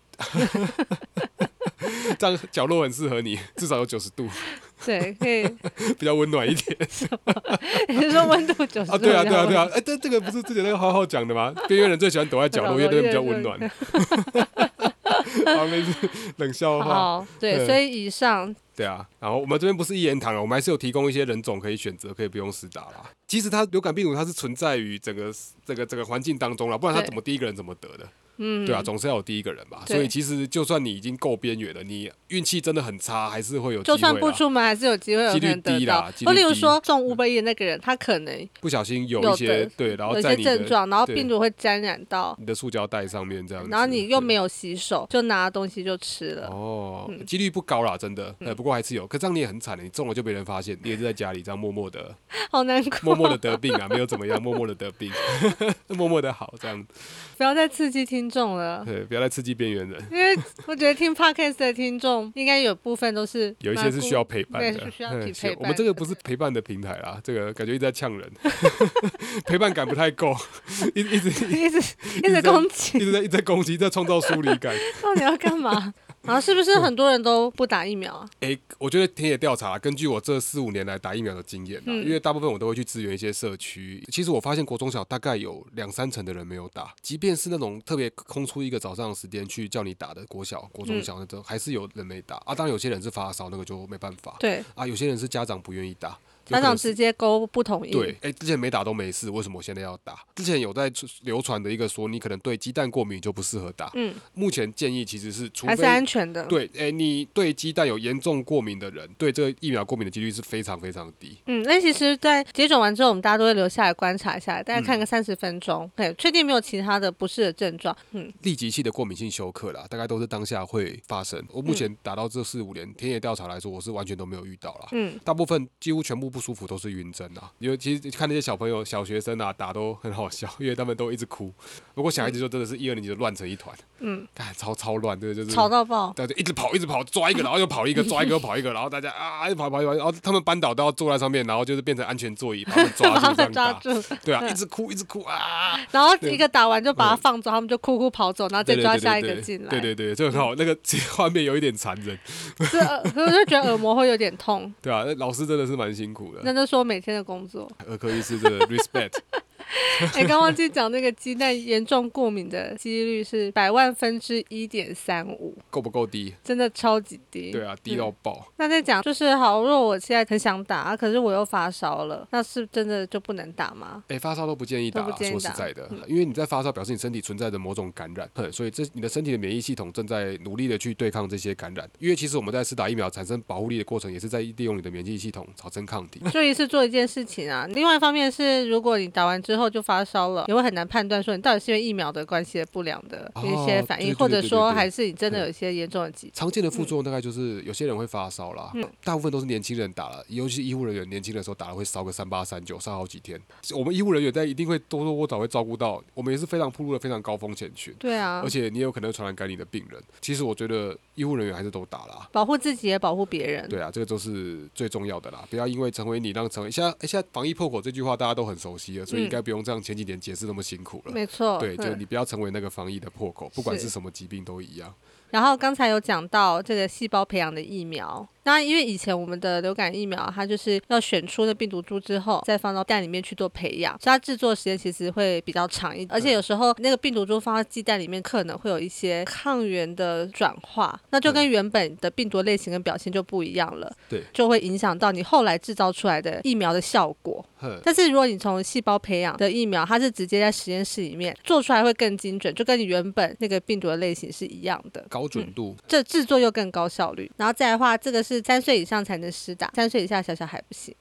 [SPEAKER 2] 这样角落很适合你，至少有九十度，
[SPEAKER 1] 对，可以，
[SPEAKER 2] 比较温暖一点。
[SPEAKER 1] 你是说温度九十
[SPEAKER 2] 啊，对啊，对啊，对啊，哎、但这个不是之前那个浩浩讲的吗？ 边缘人最喜欢躲在角落，
[SPEAKER 1] 角落
[SPEAKER 2] 因为那边比
[SPEAKER 1] 越
[SPEAKER 2] 较
[SPEAKER 1] 热
[SPEAKER 2] 温暖。 旁边是冷笑话，
[SPEAKER 1] 啊好，对，
[SPEAKER 2] 嗯
[SPEAKER 1] 所以以上
[SPEAKER 2] 对啊。然后我们这边不是一言堂啊了，我们还是有提供一些人种可以选择，可以不用死打啦。其实它流感病毒它是存在于整个这个整个环境当中啦，不然它
[SPEAKER 1] 对
[SPEAKER 2] 怎么第一个人怎么得的？
[SPEAKER 1] 嗯，
[SPEAKER 2] 对啊，总是要有第一个人吧。
[SPEAKER 1] 对
[SPEAKER 2] 所以其实就算你已经够边缘了，你运气真的很差，还是会有机
[SPEAKER 1] 就
[SPEAKER 2] 会啦。
[SPEAKER 1] 算不出门，还是有机会有
[SPEAKER 2] 几率
[SPEAKER 1] 可能得
[SPEAKER 2] 低啦
[SPEAKER 1] 到
[SPEAKER 2] 几率。
[SPEAKER 1] 或例如
[SPEAKER 2] 低嗯
[SPEAKER 1] 说中五百亿的那个人，他可能
[SPEAKER 2] 不小心有
[SPEAKER 1] 有
[SPEAKER 2] 一些
[SPEAKER 1] 的
[SPEAKER 2] 对，然后
[SPEAKER 1] 有一
[SPEAKER 2] 在
[SPEAKER 1] 些
[SPEAKER 2] 你的
[SPEAKER 1] 症状，然后
[SPEAKER 2] 对
[SPEAKER 1] 病毒会沾染到，
[SPEAKER 2] 你的塑胶袋上面这样子，
[SPEAKER 1] 然后你又
[SPEAKER 2] 对
[SPEAKER 1] 没有洗手，就拿东西就吃了。
[SPEAKER 2] 哦，几率不高啦，真的。
[SPEAKER 1] 嗯
[SPEAKER 2] 呃，不过还是有，可这样你也很惨欸的，你中了就没人发现，你也是在家里这样默默的、
[SPEAKER 1] 好难过，
[SPEAKER 2] 默默的得病啊，没有怎么样，默默的得病， 默默的好，这样
[SPEAKER 1] 不要再刺激听众了。
[SPEAKER 2] 对，不要再刺激边缘人。
[SPEAKER 1] 因为我觉得听 podcast 的听众，应该有部分都是
[SPEAKER 2] 有一些
[SPEAKER 1] 蛮
[SPEAKER 2] 是
[SPEAKER 1] 孤
[SPEAKER 2] 需要陪伴
[SPEAKER 1] 对
[SPEAKER 2] 的，
[SPEAKER 1] 是需要
[SPEAKER 2] 嗯
[SPEAKER 1] 陪
[SPEAKER 2] 是
[SPEAKER 1] 伴
[SPEAKER 2] 我们这个
[SPEAKER 1] 的
[SPEAKER 2] 不是陪伴的平台啦，这个感觉一直在呛人， 陪伴感不太够， 一一直
[SPEAKER 1] 一直一
[SPEAKER 2] 一直
[SPEAKER 1] 直
[SPEAKER 2] 在
[SPEAKER 1] 攻
[SPEAKER 2] 一
[SPEAKER 1] 击，
[SPEAKER 2] 直在一直在攻击，在创造疏离感。
[SPEAKER 1] 到底要干嘛？然后是不是很多人都不打疫苗啊？
[SPEAKER 2] 诶，我觉得田野调查，根据我这四五年来打疫苗的经验、啊，
[SPEAKER 1] 嗯
[SPEAKER 2] 因为大部分我都会去支援一些社区。其实我发现国中小大概有两三成的人没有打，即便是那种特别空出一个早上的时间去叫你打的国小、国
[SPEAKER 1] 嗯
[SPEAKER 2] 中小那种，还是有人没打啊。当然有些人是发烧，那个就没办法。
[SPEAKER 1] 对，
[SPEAKER 2] 啊，有些人是家长不愿意打，有
[SPEAKER 1] 家
[SPEAKER 2] 可能
[SPEAKER 1] 长
[SPEAKER 2] 是
[SPEAKER 1] 直接勾不同意。
[SPEAKER 2] 对，哎、之前没打都没事，为什么我现在要打？之前有在流传的一个说，你可能对鸡蛋过敏就不适合打。
[SPEAKER 1] 嗯，
[SPEAKER 2] 目前建议其实是，除
[SPEAKER 1] 还
[SPEAKER 2] 非
[SPEAKER 1] 是安全的。
[SPEAKER 2] 对，哎、你对鸡蛋有严重过敏的人，对这个疫苗过敏的几率是非常非常低。
[SPEAKER 1] 嗯，那其实，在接种完之后，我们大家都会留下来观察一下，大概
[SPEAKER 2] 嗯
[SPEAKER 1] 看个三十分钟，对，确定没有其他的不适的症状。嗯，
[SPEAKER 2] 立即性的过敏性休克啦，大概都是当下会发生。我
[SPEAKER 1] 嗯
[SPEAKER 2] 目前打到这四五年田野调查来说，我是完全都没有遇到啦。
[SPEAKER 1] 嗯，
[SPEAKER 2] 大部分几乎全部不舒服都是晕针啊，尤其是看那些小朋友、小学生啊打都很好笑，因为他们都一直哭。不过小
[SPEAKER 1] 嗯
[SPEAKER 2] 孩子就真的是一二年级就乱成一团，嗯，看超超乱，对，就是
[SPEAKER 1] 吵到爆。
[SPEAKER 2] 对，就一直跑，一直跑，抓一个，然后又跑一个，抓一个又跑一个，然后大家啊，又跑跑跑，然后他们扳倒都要坐在上面，然后就是变成安全座椅，把他们 抓
[SPEAKER 1] 把
[SPEAKER 2] 住
[SPEAKER 1] 他们
[SPEAKER 2] 这样
[SPEAKER 1] 抓
[SPEAKER 2] 打。
[SPEAKER 1] 住，
[SPEAKER 2] 对啊，一直哭，一直哭啊！
[SPEAKER 1] 然后一个打完就把他放走，他们就哭哭跑走，然 后再
[SPEAKER 2] 嗯对对
[SPEAKER 1] 抓
[SPEAKER 2] 对
[SPEAKER 1] 下一
[SPEAKER 2] 对
[SPEAKER 1] 个进来。
[SPEAKER 2] 对对对，就很好，那个画面有一点残忍，
[SPEAKER 1] 是耳，呃我就觉得耳膜会有点 痛，
[SPEAKER 2] 对啊，那老师真的是蛮辛苦
[SPEAKER 1] 那
[SPEAKER 2] 的，
[SPEAKER 1] 就是我每天的工作。
[SPEAKER 2] 儿科医师真的 respect，
[SPEAKER 1] 哎，刚忘记讲那个鸡蛋严重过敏的几率是百万分之一点三五，
[SPEAKER 2] 够不够低？
[SPEAKER 1] 真的超级低。
[SPEAKER 2] 对啊，低到爆。
[SPEAKER 1] 那再讲就是好，如果我现在很想打，啊可是我又发烧了，那是真的就不能打吗？
[SPEAKER 2] 哎，发烧都不建议打
[SPEAKER 1] 都
[SPEAKER 2] 啦，
[SPEAKER 1] 不建议
[SPEAKER 2] 说实
[SPEAKER 1] 打嗯
[SPEAKER 2] 在的，因为你在发烧表示你身体存在着某种感染，哼，所以这你的身体的免疫系统正在努力的去对抗这些感染。因为其实我们在施打疫苗产生保护力的过程，也是在利用你的免疫系统产生抗体。
[SPEAKER 1] 就一次做一件事情啊。另外一方面是，如果你打完之后就发烧了，也会很难判断说你到底是因为疫苗的关系不良的
[SPEAKER 2] 哦
[SPEAKER 1] 一些反应，
[SPEAKER 2] 对对对
[SPEAKER 1] 或者
[SPEAKER 2] 对
[SPEAKER 1] 说
[SPEAKER 2] 对对
[SPEAKER 1] 还是你真的有一些严重的疾病。
[SPEAKER 2] 常见的副作用大概就是有些人会发烧啦，
[SPEAKER 1] 嗯
[SPEAKER 2] 大部分都是年轻人打了，尤其是医护人员年轻的时候打了会烧个三八三九，烧好几天。我们医护人员在一定会多多少少会照顾到，我们也是非常铺路的非常高风险群，
[SPEAKER 1] 对啊
[SPEAKER 2] 而，且你也有可能会传染给你的病人。其实我觉得医护人员还是都打啦。
[SPEAKER 1] 保护自己也保护别人。
[SPEAKER 2] 对啊，这个都是最重要的啦，不要因为成为你让成为现在现在防疫破口这句话大家都很熟悉了，所以应该不用这样前几年解释那么辛苦了。
[SPEAKER 1] 嗯没错，
[SPEAKER 2] 对，就
[SPEAKER 1] 嗯
[SPEAKER 2] 你不要成为那个防疫的破口，不管
[SPEAKER 1] 是
[SPEAKER 2] 是什么疾病都一样。
[SPEAKER 1] 然后刚才有讲到这个细胞培养的疫苗，那因为以前我们的流感疫苗，它就是要选出那病毒株之后，再放到蛋里面去做培养，所以它制作时间其实会比较长一点，而且有时候那个病毒株放到鸡蛋里面，可能会有一些抗原的转化，那就跟原本的病毒类型跟表现就不一样了，
[SPEAKER 2] 对
[SPEAKER 1] 就会影响到你后来制造出来的疫苗的效果。
[SPEAKER 2] 哼，
[SPEAKER 1] 但是如果你从细胞培养的疫苗，它是直接在实验室里面做出来，会更精准，就跟你原本那个病毒的类型是一样的。
[SPEAKER 2] 高准度，
[SPEAKER 1] 这制作又更高效率。然后再来的话，这个是三岁以上才能施打，三岁以下小小孩不行。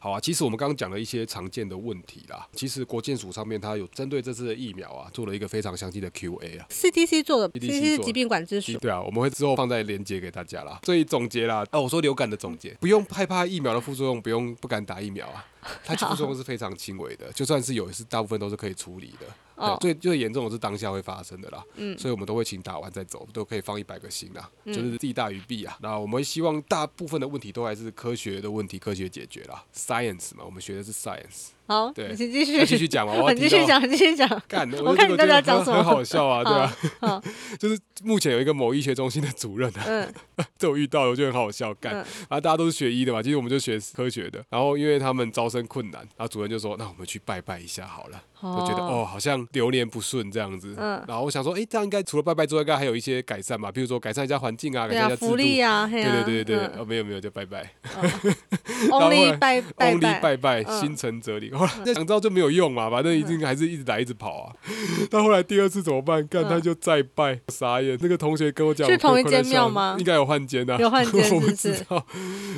[SPEAKER 2] 好啊，其实我们刚刚讲了一些常见的问题啦。其实国健署上面它有针对这次的疫苗啊，做了一个非常详细的 Q&A 啊。
[SPEAKER 1] CDC 做的
[SPEAKER 2] CDC
[SPEAKER 1] 是
[SPEAKER 2] 做的
[SPEAKER 1] 疾病管制署，
[SPEAKER 2] 对啊，我们会之后放在连接给大家啦。所以总结啦，啊，我说流感的总结，不用害怕疫苗的副作用，不用不敢打疫苗 啊，它副作用是非常轻微的，就算是有，也是大部分都是可以处理的。
[SPEAKER 1] 哦
[SPEAKER 2] 对最最严重的是当下会发生的啦，嗯，所以我们都会请打完再走，都可以放一百个心啦，
[SPEAKER 1] 嗯
[SPEAKER 2] 就是利大于弊啊。那我们希望大部分的问题都还是科学的问题，科学解决啦，science 嘛，我们学的是 science。
[SPEAKER 1] 好，
[SPEAKER 2] 对
[SPEAKER 1] 你请继续
[SPEAKER 2] 要继续讲吗我要
[SPEAKER 1] 好你继续
[SPEAKER 2] 听到
[SPEAKER 1] 讲，你继续讲。
[SPEAKER 2] 干，
[SPEAKER 1] 我看你
[SPEAKER 2] 觉
[SPEAKER 1] 到
[SPEAKER 2] 得
[SPEAKER 1] 底要讲
[SPEAKER 2] 很
[SPEAKER 1] 什么。
[SPEAKER 2] 很好笑啊，对 啊，
[SPEAKER 1] 好，
[SPEAKER 2] 就是目前有一个某医学中心的主任啊，
[SPEAKER 1] 嗯，
[SPEAKER 2] 这我遇到了，我觉得很好笑，干
[SPEAKER 1] 嗯
[SPEAKER 2] 啊，大家都是学医的嘛，其实我们就学科学的。然后因为他们招生困难，然后主任就说：“那我们去拜拜一下好了。”
[SPEAKER 1] 哦
[SPEAKER 2] 就觉得哦，好像流年不顺这样子。
[SPEAKER 1] 嗯
[SPEAKER 2] 然后我想说，哎，这样应该除了拜拜之外，应该还有一些改善吧，比如说改善一下环境啊，改
[SPEAKER 1] 对
[SPEAKER 2] 善
[SPEAKER 1] 啊
[SPEAKER 2] 一下，制
[SPEAKER 1] 福
[SPEAKER 2] 度。
[SPEAKER 1] 利啊，嘿
[SPEAKER 2] 对
[SPEAKER 1] 啊
[SPEAKER 2] 对对对对，
[SPEAKER 1] 嗯
[SPEAKER 2] 哦，没有没有，就拜拜后后来
[SPEAKER 1] Only 拜拜
[SPEAKER 2] ，only 拜拜，
[SPEAKER 1] 嗯
[SPEAKER 2] 心诚则灵。后来那想知道就没有用嘛，反正一定还是一直来一直跑啊。 到后来第二次怎么办？干
[SPEAKER 1] 嗯
[SPEAKER 2] 他就再拜，傻眼。那个同学跟我讲，
[SPEAKER 1] 是
[SPEAKER 2] 我快
[SPEAKER 1] 同一
[SPEAKER 2] 快在
[SPEAKER 1] 间庙
[SPEAKER 2] 笑
[SPEAKER 1] 吗
[SPEAKER 2] 应该有换间啊，
[SPEAKER 1] 有换间 是
[SPEAKER 2] 我不
[SPEAKER 1] 不是
[SPEAKER 2] 知道，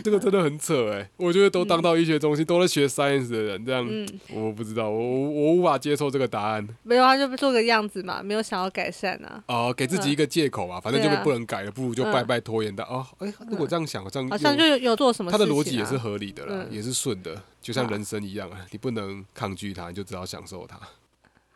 [SPEAKER 2] 这个真的很扯哎、我觉得都当到医学中心，都在学 science 的人这样，
[SPEAKER 1] 嗯
[SPEAKER 2] 我不知道，我我我无法接受这个答案
[SPEAKER 1] 没有，他就做个样子嘛，没有想要改善啊，
[SPEAKER 2] 啊、给自己一个借口啊，反正就
[SPEAKER 1] 对
[SPEAKER 2] 是
[SPEAKER 1] 啊嗯
[SPEAKER 2] 不能改了，不如就拜拜拖延到哦，哎、如果这样想，好像
[SPEAKER 1] 好像
[SPEAKER 2] 又
[SPEAKER 1] 就有有做什么事
[SPEAKER 2] 他
[SPEAKER 1] 情
[SPEAKER 2] 的
[SPEAKER 1] 啊。
[SPEAKER 2] 逻辑也是合理的啦，
[SPEAKER 1] 嗯
[SPEAKER 2] 也是顺的，就像
[SPEAKER 1] 啊
[SPEAKER 2] 人生一样啊，你不能抗拒它，你就只好享受它。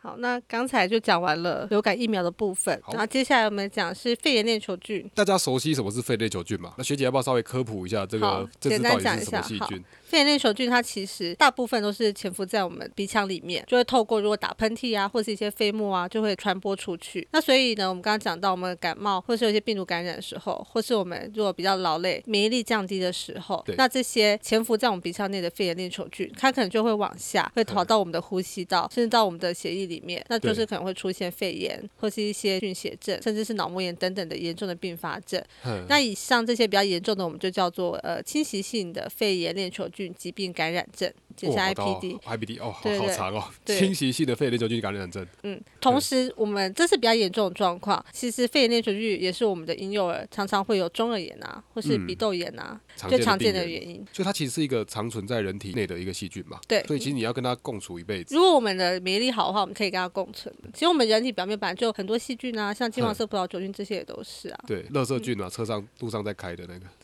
[SPEAKER 1] 好，那刚才就讲完了流感疫苗的部分，
[SPEAKER 2] 好
[SPEAKER 1] 然后接下来我们讲是肺炎链球菌。
[SPEAKER 2] 大家熟悉什么是肺类球菌嘛？那学姐要不要稍微科普一下这
[SPEAKER 1] 好
[SPEAKER 2] 个这次
[SPEAKER 1] 简单
[SPEAKER 2] 到底
[SPEAKER 1] 讲一
[SPEAKER 2] 是什么
[SPEAKER 1] 下
[SPEAKER 2] 细
[SPEAKER 1] 好
[SPEAKER 2] 菌？
[SPEAKER 1] 肺炎链球菌它其实大部分都是潜伏在我们鼻腔里面，就会透过如果打喷嚏啊，或是一些飞沫啊，就会传播出去。那所以呢，我们刚刚讲到我们感冒或是有一些病毒感染的时候，或是我们如果比较劳累、免疫力降低的时候
[SPEAKER 2] 对，
[SPEAKER 1] 那这些潜伏在我们鼻腔内的肺炎链球菌，它可能就会往下，会逃到我们的呼吸道，甚至到我们的血液里面，那就是
[SPEAKER 2] 嗯对
[SPEAKER 1] 可能会出现肺炎或是一些菌血症，甚至是脑膜炎等等的严重的并发症。
[SPEAKER 2] 哼
[SPEAKER 1] 那以上这些比较严重的，我们就叫做呃侵袭性的肺炎链球菌疾病感染症，简
[SPEAKER 2] 哦
[SPEAKER 1] 称
[SPEAKER 2] 好到
[SPEAKER 1] IPD。
[SPEAKER 2] IPD 哦，好
[SPEAKER 1] 对
[SPEAKER 2] 好
[SPEAKER 1] 对
[SPEAKER 2] 长哦，
[SPEAKER 1] 对
[SPEAKER 2] 侵袭性的肺类球菌感染症。
[SPEAKER 1] 嗯，同时我们这是比较严重的状况，其实肺炎链球菌也是我们的婴幼儿常常会有中耳炎啊，或是鼻窦炎啊，
[SPEAKER 2] 嗯常
[SPEAKER 1] 就
[SPEAKER 2] 见的
[SPEAKER 1] 常见
[SPEAKER 2] 病
[SPEAKER 1] 的
[SPEAKER 2] 原
[SPEAKER 1] 原因。
[SPEAKER 2] 所以它其实是一个常存在人体内的一个细菌嘛。
[SPEAKER 1] 对嗯
[SPEAKER 2] 所以其实你要跟它共处一辈子。
[SPEAKER 1] 如果我们的免疫力好的话，我们可以跟它共存。其实我们人体表面本来就有很多细菌啊，像金
[SPEAKER 2] 嗯
[SPEAKER 1] 黄色葡萄球菌这些也都是 啊。
[SPEAKER 2] 对，乐色菌嘛，车上路上在开的那个。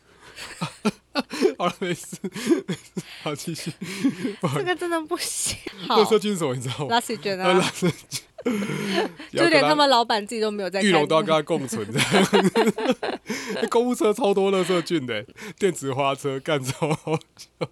[SPEAKER 2] 好了，没事，没事，好继续。
[SPEAKER 1] 这个真的不行。 好
[SPEAKER 2] 乐色菌是什么你知道吗？
[SPEAKER 1] 拉西卷
[SPEAKER 2] 呃垃
[SPEAKER 1] 啊，
[SPEAKER 2] 圾菌，
[SPEAKER 1] 就连他们老板自己都没有在
[SPEAKER 2] 玉龙
[SPEAKER 1] 看
[SPEAKER 2] 都要跟它共存这样。 购物车超多乐色菌的，欸电子花车干超好笑。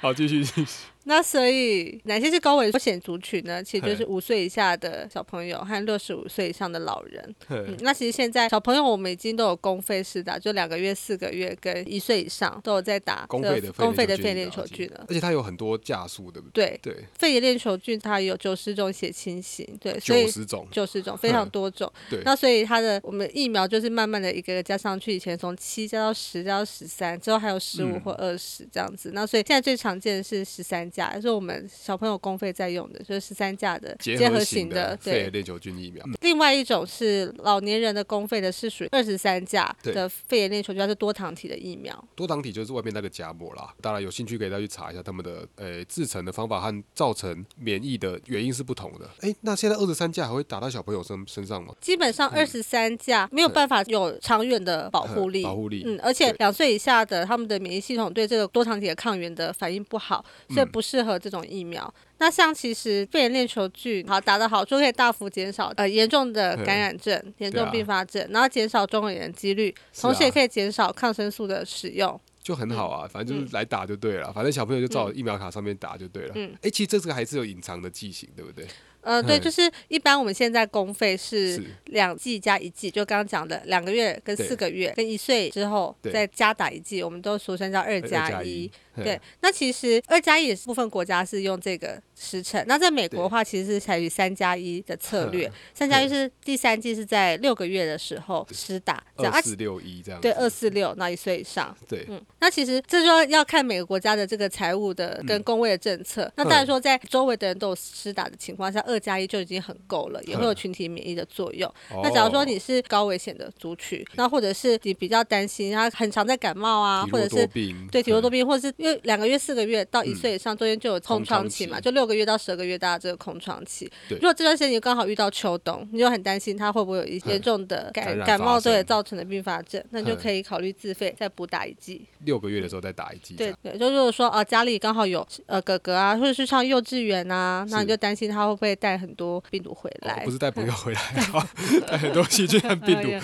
[SPEAKER 2] 好，继续继续。
[SPEAKER 1] 那所以哪些是高危险族群呢？其实就
[SPEAKER 2] 嘿
[SPEAKER 1] 是五岁以下的小朋友和六十五岁以上的老人。嗯
[SPEAKER 2] 嘿，
[SPEAKER 1] 那其实现在小朋友我们已经都有公费施打，就两个月、四个月跟一岁以上都有在打
[SPEAKER 2] 公
[SPEAKER 1] 这
[SPEAKER 2] 费
[SPEAKER 1] 个
[SPEAKER 2] 的
[SPEAKER 1] 公费的
[SPEAKER 2] 的
[SPEAKER 1] 肺链球菌了
[SPEAKER 2] 啊而。且它有很多价数，对不对？
[SPEAKER 1] 对，
[SPEAKER 2] 对，
[SPEAKER 1] 肺炎链球菌它有九十种血清型，对，所以
[SPEAKER 2] 九。十种。嗯
[SPEAKER 1] 九十种，非常多种。
[SPEAKER 2] 对，
[SPEAKER 1] 那所以它的我们疫苗就是慢慢的一个个加上去，以前从七加到十加到十三，之后还有十五
[SPEAKER 2] 嗯
[SPEAKER 1] 或二十这样子。那所以现在最常见的是十三价，就是我们小朋友公费在用的，就是十三价的
[SPEAKER 2] 结合
[SPEAKER 1] 型
[SPEAKER 2] 型的肺
[SPEAKER 1] 对
[SPEAKER 2] 炎，链球菌疫苗。
[SPEAKER 1] 另外一种是老年人的公费的，是属于二十三价
[SPEAKER 2] 对
[SPEAKER 1] 的肺炎链球菌，它是多糖体的疫苗。
[SPEAKER 2] 多糖体就是外面那个夹膜啦，当然有兴趣可以再去查一下他们的呃制成的方法和造成免疫的原因是不同的。哎，那现在二十三价还会打到小朋友身身上吗？
[SPEAKER 1] 基本
[SPEAKER 2] 嗯
[SPEAKER 1] 上二十三价没有办法有长远的保护力，
[SPEAKER 2] 嗯保护力
[SPEAKER 1] 嗯，而且
[SPEAKER 2] 对
[SPEAKER 1] 两岁以下的他们的免疫系统对这个多糖体的抗原的反应不好，
[SPEAKER 2] 嗯
[SPEAKER 1] 所以不适合这种疫苗。那像其实肺炎链球菌好打得好，就可以大幅减少呃严重的感染症、严重并发症，然后减少中耳炎的几率，
[SPEAKER 2] 啊是啊
[SPEAKER 1] 同时也可以减少抗生素的使用。
[SPEAKER 2] 就很好
[SPEAKER 1] 嗯
[SPEAKER 2] 啊，反正就是来打就对了，反正小朋友就照疫苗卡上面打就对了。
[SPEAKER 1] 嗯
[SPEAKER 2] 哎，其实这个还是有隐藏的剂型，对不对？
[SPEAKER 1] 呃，对，
[SPEAKER 2] 嗯
[SPEAKER 1] 就是一般我们现在公费是
[SPEAKER 2] 是
[SPEAKER 1] 两剂加一剂，就刚刚讲的两个月跟
[SPEAKER 2] 对
[SPEAKER 1] 四个月跟一岁之后
[SPEAKER 2] 对
[SPEAKER 1] 再加打一剂，我们都俗称叫二
[SPEAKER 2] 二
[SPEAKER 1] 呃加
[SPEAKER 2] 一
[SPEAKER 1] 一。，对，那其实二加一也是部分国家是用这个时程，那在美国的话，其实是采取三加一的策略
[SPEAKER 2] 嗯，
[SPEAKER 1] 三加一是第三剂是在六个月的时候施打，这样
[SPEAKER 2] 二
[SPEAKER 1] 啊，
[SPEAKER 2] 四六一这样子。
[SPEAKER 1] 对，二四六，那一岁以上。
[SPEAKER 2] 对，
[SPEAKER 1] 嗯，那其实这就要要看
[SPEAKER 2] 嗯
[SPEAKER 1] 每个国家的这个财务的跟工位的政策。那当然说，在周围的人都有施打的情况下，二二加一就已经很够了，也会有群体免疫的作用。
[SPEAKER 2] 嗯哦
[SPEAKER 1] 那假如说你是高危险的族群，那或者是你比较担心，他很常在感冒啊，
[SPEAKER 2] 体
[SPEAKER 1] 或
[SPEAKER 2] 弱
[SPEAKER 1] 者
[SPEAKER 2] 多
[SPEAKER 1] 是
[SPEAKER 2] 病，
[SPEAKER 1] 对体弱多
[SPEAKER 2] 病，
[SPEAKER 1] 病，或者是因为两个月、四个月到一岁以上中间就有空
[SPEAKER 2] 空
[SPEAKER 1] 窗
[SPEAKER 2] 窗
[SPEAKER 1] 期嘛，
[SPEAKER 2] 期
[SPEAKER 1] 就六个月到十二个月大家这个空窗期。
[SPEAKER 2] 对
[SPEAKER 1] 如果这段时间你刚好遇到秋冬，你就很担心他会不会有一严重的
[SPEAKER 2] 感
[SPEAKER 1] 感
[SPEAKER 2] 染
[SPEAKER 1] 感冒
[SPEAKER 2] 嗯发生
[SPEAKER 1] 对造成的并发症，那你就
[SPEAKER 2] 嗯
[SPEAKER 1] 可以考虑自费再补打一剂。
[SPEAKER 2] 六个月的时候再打一剂，这
[SPEAKER 1] 对
[SPEAKER 2] 样
[SPEAKER 1] 对，就如果说呃家里刚好有呃哥哥啊，或者是上幼稚园啊，那你
[SPEAKER 2] 是
[SPEAKER 1] 就担心他会不会带很多病毒回
[SPEAKER 2] 哦
[SPEAKER 1] 来
[SPEAKER 2] 不。是带朋友回来，哦 带很多细菌和病毒
[SPEAKER 1] 哎呀。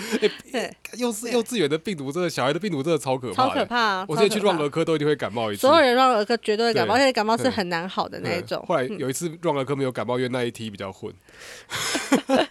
[SPEAKER 1] 对，
[SPEAKER 2] 幼稚幼稚园的病毒，真的小孩的病毒真的超可怕
[SPEAKER 1] 超
[SPEAKER 2] 的，
[SPEAKER 1] 可怕啊
[SPEAKER 2] 我
[SPEAKER 1] 超
[SPEAKER 2] 之前去
[SPEAKER 1] 可怕
[SPEAKER 2] 乱儿科都一定会感冒一次，
[SPEAKER 1] 所有人让儿科绝对会感冒，而
[SPEAKER 2] 对
[SPEAKER 1] 且感冒是
[SPEAKER 2] 对
[SPEAKER 1] 很难好的那一
[SPEAKER 2] 嗯
[SPEAKER 1] 种。
[SPEAKER 2] 后来有一次撞了科没有感冒，因为那一梯比较 混。欸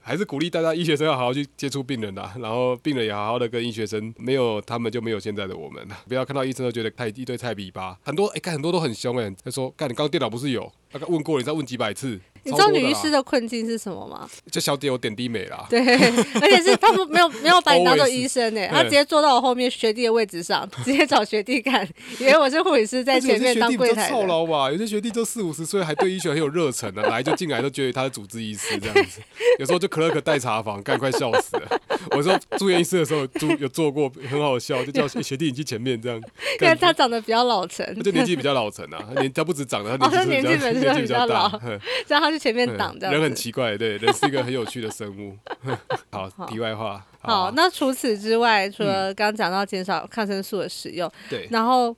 [SPEAKER 2] 还是鼓励大家医学生要好好去接触病人啦、然后病人也好好的跟医学生，没有他们就没有现在的我们了。啊不要看到医生都觉得太一堆菜逼吧，很多哎、干很多都很凶哎、他说干你刚刚电脑不是有，他刚问过你再问几百次，
[SPEAKER 1] 你
[SPEAKER 2] 超
[SPEAKER 1] 知道
[SPEAKER 2] 多
[SPEAKER 1] 女
[SPEAKER 2] 的
[SPEAKER 1] 医
[SPEAKER 2] 啦
[SPEAKER 1] 师的困境是什么吗？
[SPEAKER 2] 就小姐有点滴美啦，
[SPEAKER 1] 对，而且是他们没有没有把你当做
[SPEAKER 2] Always
[SPEAKER 1] 医生呢，
[SPEAKER 2] 嗯
[SPEAKER 1] 他直接坐到我后面学弟的位置上，直接找学弟看，以为我是护理师在
[SPEAKER 2] 但是有
[SPEAKER 1] 前
[SPEAKER 2] 些
[SPEAKER 1] 面
[SPEAKER 2] 学
[SPEAKER 1] 当
[SPEAKER 2] 弟比
[SPEAKER 1] 柜
[SPEAKER 2] 较
[SPEAKER 1] 台
[SPEAKER 2] 操
[SPEAKER 1] 的。
[SPEAKER 2] 劳吧，有些学弟都四五十岁，还对医学很有热忱的、来就进来都觉得他是主治医师这样子。有时候就 clerk 带茶房，干快笑死了。我说住院医师的时候住有做过，很好笑，就叫学学弟你去前面这 样。
[SPEAKER 1] 因为
[SPEAKER 2] 干
[SPEAKER 1] 他长得比较老成，
[SPEAKER 2] 他就年纪比较老成啊，他年他不止长得，
[SPEAKER 1] 哦
[SPEAKER 2] 他
[SPEAKER 1] 他
[SPEAKER 2] 年纪
[SPEAKER 1] 年
[SPEAKER 2] 是
[SPEAKER 1] 纪本身
[SPEAKER 2] 年纪
[SPEAKER 1] 就比
[SPEAKER 2] 较
[SPEAKER 1] 较
[SPEAKER 2] 大
[SPEAKER 1] 老，
[SPEAKER 2] 嗯
[SPEAKER 1] 让他去前面
[SPEAKER 2] 嗯
[SPEAKER 1] 挡这
[SPEAKER 2] 人
[SPEAKER 1] 样
[SPEAKER 2] 很
[SPEAKER 1] 子。
[SPEAKER 2] 奇怪，对，人是一个很有趣的生物。 好，题外话。
[SPEAKER 1] 好，
[SPEAKER 2] 啊嗯
[SPEAKER 1] 那除此之外，除了刚刚讲到减少抗生素的使用，
[SPEAKER 2] 对
[SPEAKER 1] 然后。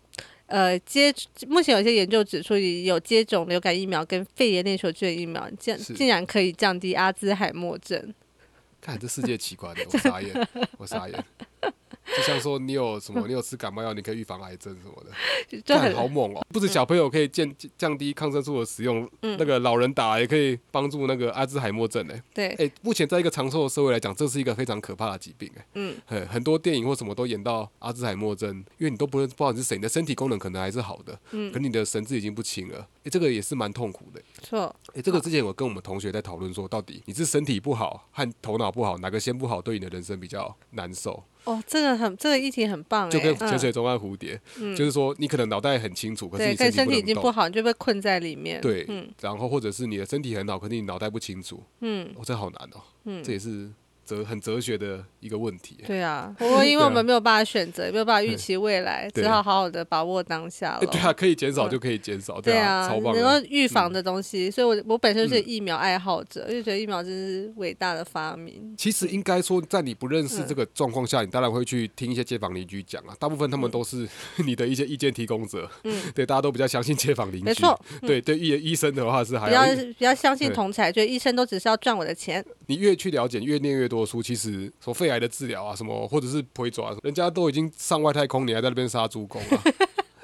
[SPEAKER 1] 呃，接目前有一些研究指出，有接种流感疫苗跟肺炎链球菌疫苗，竟
[SPEAKER 2] 是
[SPEAKER 1] 竟然可以降低阿兹海默症。
[SPEAKER 2] 看这世界奇观的，我傻眼，我傻眼。就像说你有什么，你有吃感冒药，你可以预防癌症什么的。
[SPEAKER 1] 就
[SPEAKER 2] 干
[SPEAKER 1] 很嗯
[SPEAKER 2] 好猛哦！不止小朋友可以降降低抗生素的使用，那个老人打也可以帮助那个阿兹海默症诶。
[SPEAKER 1] 对，
[SPEAKER 2] 哎、目前在一个长寿的社会来讲，这是一个非常可怕的疾病哎。
[SPEAKER 1] 嗯
[SPEAKER 2] 很很多电影或什么都演到阿兹海默症，因为你都不认不知道你是谁，你的身体功能可能还是好的，嗯，可你的神志已经不清了，哎、这个也是蛮痛苦的。
[SPEAKER 1] 错，
[SPEAKER 2] 哎、这个之前我跟我们同学在讨论说，到底你是身体不好和头脑不好，哪个先不好，对你的人生比较难受？
[SPEAKER 1] 哦，这个很这个议题很棒哎，
[SPEAKER 2] 就跟
[SPEAKER 1] 嗯
[SPEAKER 2] 潜水钟和蝴蝶，就是说你可能脑袋很清楚，可是
[SPEAKER 1] 对，
[SPEAKER 2] 你
[SPEAKER 1] 但身体已
[SPEAKER 2] 不能
[SPEAKER 1] 经
[SPEAKER 2] 动
[SPEAKER 1] 不。好，你就被困在里面。
[SPEAKER 2] 对，
[SPEAKER 1] 嗯
[SPEAKER 2] 然后或者是你的身体很好，可是你脑袋不清楚，
[SPEAKER 1] 嗯，
[SPEAKER 2] 哦，这好难哦，这也是哲很哲学的一个问题。
[SPEAKER 1] 对啊， 不过因为我们没有办法选择，也没有办法预
[SPEAKER 2] 对
[SPEAKER 1] 期未来，
[SPEAKER 2] 对
[SPEAKER 1] 只好好好的把握当下
[SPEAKER 2] 哎
[SPEAKER 1] 了。
[SPEAKER 2] 对啊，可以减少就可以减少，
[SPEAKER 1] 嗯对
[SPEAKER 2] 啊，
[SPEAKER 1] 啊，
[SPEAKER 2] 超棒
[SPEAKER 1] 能
[SPEAKER 2] 的。嗯
[SPEAKER 1] 够预防的东西，所以我我本身就是疫苗爱好者，就觉得疫苗真是伟大的发明。
[SPEAKER 2] 其实应该说，在你不认识
[SPEAKER 1] 嗯
[SPEAKER 2] 这个状况下，你当然会去听一些街坊邻居讲啊。大部
[SPEAKER 1] 嗯
[SPEAKER 2] 分他们都是 你的一些意见提供者，嗯，对，大家都比较相信街坊邻居。
[SPEAKER 1] 没错，嗯
[SPEAKER 2] 对对，医医生的话是还
[SPEAKER 1] 比较
[SPEAKER 2] 要
[SPEAKER 1] 比较相信
[SPEAKER 2] 对
[SPEAKER 1] 同才，觉得医生都只是要赚我的钱。
[SPEAKER 2] 你越去了解，越念越多书，其实说肺癌的治疗啊，什么或者是腿爪，人家都已经上外太空，你还在那边杀猪工啊？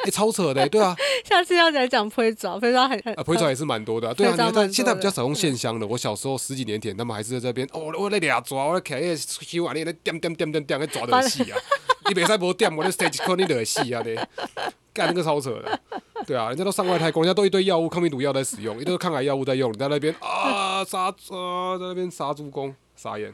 [SPEAKER 2] 哎、超扯的、对啊，
[SPEAKER 1] 下次要来讲推爪，推爪很很
[SPEAKER 2] 啊，回爪也是蛮多的、啊，对啊，
[SPEAKER 1] 非
[SPEAKER 2] 你
[SPEAKER 1] 常
[SPEAKER 2] 看但
[SPEAKER 1] 呃蛮
[SPEAKER 2] 现
[SPEAKER 1] 多
[SPEAKER 2] 在比较
[SPEAKER 1] 的嗯
[SPEAKER 2] 少用线香的。我小时候十几年前，他们还是在这边，哦，我在俩抓，我在开那手腕，你在点点点点点，那抓的死啊！你别再无点，我那 stage 看你就会死啊嘞！干那个超扯的，对啊，人家都上外太空，人家都一堆药物、抗病毒药在使用，一堆抗癌药物在用，你在那边啊杀啊，在那边杀猪工。傻眼，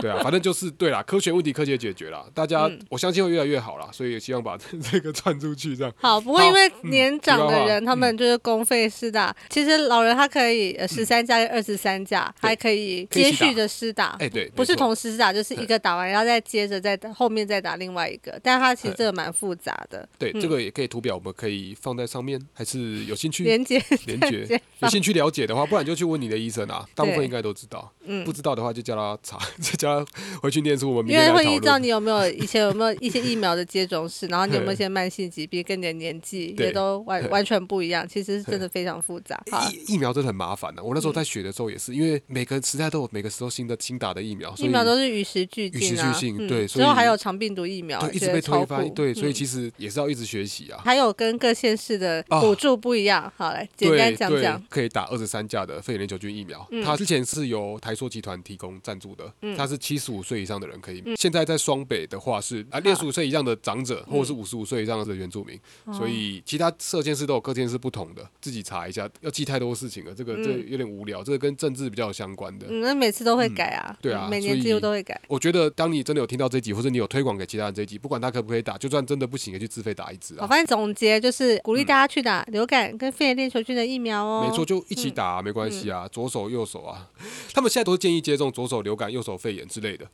[SPEAKER 2] 对啊，反正就是对啦，科学问题科学解决啦，大
[SPEAKER 1] 嗯
[SPEAKER 2] 家、我相信会越来越好啦，所以也希望把 这个传出去，这样
[SPEAKER 1] 好，不过
[SPEAKER 2] 好嗯
[SPEAKER 1] 因为年长
[SPEAKER 2] 题外
[SPEAKER 1] 的
[SPEAKER 2] 话嗯
[SPEAKER 1] 人，他们就是公费施打。其实老人他可以呃十三加二十三加，还可以
[SPEAKER 2] 嗯可以
[SPEAKER 1] 接
[SPEAKER 2] 一起打
[SPEAKER 1] 续着施打。
[SPEAKER 2] 哎对
[SPEAKER 1] 不不是
[SPEAKER 2] 没错
[SPEAKER 1] 同时施打，就是一个打完，然后再接着再打后面再打另外一个。但他其实这个蛮复杂的，
[SPEAKER 2] 对，这个也可以图表，我们可以放在上面，还是有兴趣
[SPEAKER 1] 连接
[SPEAKER 2] 连
[SPEAKER 1] 连接
[SPEAKER 2] 接有兴趣了解的话，不然就去问你的医生啊，大部分
[SPEAKER 1] 对
[SPEAKER 2] 应该都知道。不知道的话就叫他查， 就叫他回去念书。我们明
[SPEAKER 1] 因为
[SPEAKER 2] 天来
[SPEAKER 1] 会
[SPEAKER 2] 讨
[SPEAKER 1] 依照
[SPEAKER 2] 论。
[SPEAKER 1] 你有没有以前有没有一些疫苗的接种史，然后你有没有一 些慢性疾病，跟你的年纪
[SPEAKER 2] 对
[SPEAKER 1] 也都完完全不一样。其实是真的非常复杂。好，嗯
[SPEAKER 2] 疫疫苗真的很麻烦啊的、我那时候在学的时候也是，因为每个时代都有每个时候新的新打的疫苗，所
[SPEAKER 1] 疫
[SPEAKER 2] 以
[SPEAKER 1] 苗都是与时俱
[SPEAKER 2] 与时
[SPEAKER 1] 进
[SPEAKER 2] 俱
[SPEAKER 1] 啊，
[SPEAKER 2] 进
[SPEAKER 1] 嗯
[SPEAKER 2] 对所
[SPEAKER 1] 之后
[SPEAKER 2] 以
[SPEAKER 1] 还有肠病毒疫苗，
[SPEAKER 2] 对一直
[SPEAKER 1] 觉得
[SPEAKER 2] 被
[SPEAKER 1] 超
[SPEAKER 2] 推翻，
[SPEAKER 1] 酷
[SPEAKER 2] 对，所以
[SPEAKER 1] 嗯
[SPEAKER 2] 其实也是要一直学习啊。
[SPEAKER 1] 还有跟各县市的
[SPEAKER 2] 啊
[SPEAKER 1] 补助不一样。好，来简
[SPEAKER 2] 对
[SPEAKER 1] 单讲
[SPEAKER 2] 对
[SPEAKER 1] 讲。嗯
[SPEAKER 2] 可以打二十三价的肺炎链球菌疫苗，它之前是由台塑集团提供赞助的，它是七十五岁以上的人可以。
[SPEAKER 1] 嗯
[SPEAKER 2] 现在在双北的话是啊，六十五岁以上的长者，或者
[SPEAKER 1] 嗯
[SPEAKER 2] 是五十五岁以上的原住民，所
[SPEAKER 1] 哦
[SPEAKER 2] 以其他射箭士都有各箭是不同的，自己查一下，要记太多事情了，这个这有点无聊，这个跟政治比较有相关的。
[SPEAKER 1] 嗯嗯，那每次都会改啊，
[SPEAKER 2] 对啊
[SPEAKER 1] 每
[SPEAKER 2] 所
[SPEAKER 1] 年
[SPEAKER 2] 以
[SPEAKER 1] 几乎都会改。
[SPEAKER 2] 我觉得，当你真的有听到这一集，或者你有推广给其他人这一集，不管他可不可以打，就算真的不行，也去自费打一支
[SPEAKER 1] 我
[SPEAKER 2] 啊。
[SPEAKER 1] 发现总结就是鼓励大家去打流感跟肺炎链球菌的疫苗哦。
[SPEAKER 2] 嗯
[SPEAKER 1] 嗯
[SPEAKER 2] 没错，，就一起打啊、没关系啊，左手右手啊。他们现在都是建议接种左手流感、右手肺炎 之类的。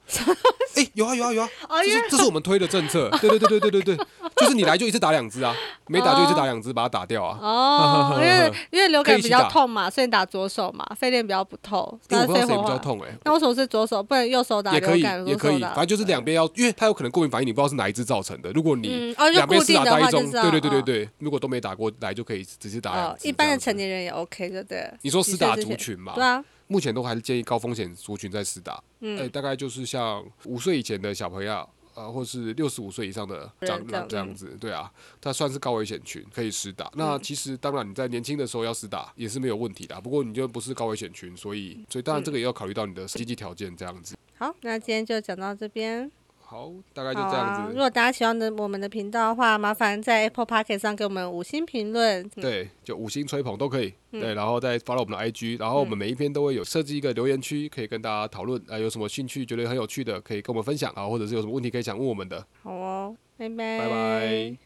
[SPEAKER 2] 哎、有啊有啊有啊，
[SPEAKER 1] 哦
[SPEAKER 2] 这
[SPEAKER 1] 因
[SPEAKER 2] 是
[SPEAKER 1] 为
[SPEAKER 2] 这是我们推的政策。对对对对对对对，就是你来就一次打两支啊，没打就一次打两支，把它打掉啊。
[SPEAKER 1] 哦，因 为因为流
[SPEAKER 2] 可以
[SPEAKER 1] 感
[SPEAKER 2] 一起
[SPEAKER 1] 比
[SPEAKER 2] 打
[SPEAKER 1] 较痛嘛，所以你打左手嘛，肺炎比较不痛，
[SPEAKER 2] 因为
[SPEAKER 1] 但
[SPEAKER 2] 我
[SPEAKER 1] 是
[SPEAKER 2] 不
[SPEAKER 1] 肺
[SPEAKER 2] 知道谁
[SPEAKER 1] 活
[SPEAKER 2] 比较
[SPEAKER 1] 化。
[SPEAKER 2] 痛哎、
[SPEAKER 1] 那为什么是左手不能右手打
[SPEAKER 2] 也可
[SPEAKER 1] 流
[SPEAKER 2] 以
[SPEAKER 1] 感？
[SPEAKER 2] 也
[SPEAKER 1] 左
[SPEAKER 2] 可
[SPEAKER 1] 手啊
[SPEAKER 2] 以，
[SPEAKER 1] 打哦
[SPEAKER 2] 反正就是两边要，因为它有可能过敏反应，你不知道是哪一支造成的。如果你
[SPEAKER 1] 嗯哦就
[SPEAKER 2] 两边
[SPEAKER 1] 固
[SPEAKER 2] 是
[SPEAKER 1] 定
[SPEAKER 2] 打
[SPEAKER 1] 的
[SPEAKER 2] 单一
[SPEAKER 1] 话就
[SPEAKER 2] 种，
[SPEAKER 1] 知道
[SPEAKER 2] 对对对对
[SPEAKER 1] 嗯
[SPEAKER 2] 对，如果都没打过来，就可以直接打两
[SPEAKER 1] 哦，
[SPEAKER 2] 支
[SPEAKER 1] 一般
[SPEAKER 2] 这
[SPEAKER 1] 的
[SPEAKER 2] 样子
[SPEAKER 1] 成年人也 OK，对不对？
[SPEAKER 2] 你说施打
[SPEAKER 1] 几岁之
[SPEAKER 2] 族
[SPEAKER 1] 前
[SPEAKER 2] 群嘛
[SPEAKER 1] 对啊，
[SPEAKER 2] 目前都还是建议高风险族群在施打，嗯、大概就是像五岁以前的小朋友。啊，或是六十五岁以上的长
[SPEAKER 1] 人这
[SPEAKER 2] 长
[SPEAKER 1] 样嗯
[SPEAKER 2] 这样子，对啊，它算是高危险群，可以施打。那其实当然你在年轻的时候要施打也是没有问题的啊，不过你就不是高危险群，所以
[SPEAKER 1] 嗯
[SPEAKER 2] 所以当然这个也要考虑到你的经济条件这样子。
[SPEAKER 1] 好，那今天就讲到这边。
[SPEAKER 2] 好，大概就
[SPEAKER 1] 好
[SPEAKER 2] 这
[SPEAKER 1] 啊
[SPEAKER 2] 样，
[SPEAKER 1] 如
[SPEAKER 2] 子。
[SPEAKER 1] 果大家喜欢的我们的频道的话，麻烦在 Apple p o c k e t 上给我们五星评论。嗯
[SPEAKER 2] 对，就五星吹捧都可以。对，然后再发到我们的 IG，然后我
[SPEAKER 1] 嗯
[SPEAKER 2] 们每一篇都会有设计一个留言区，可以跟大家讨论啊、有什么兴趣觉得很有趣的，可以跟我们分享啊，或者是有什么问题可以想问我们的。
[SPEAKER 1] 好哦，拜拜，
[SPEAKER 2] 拜拜。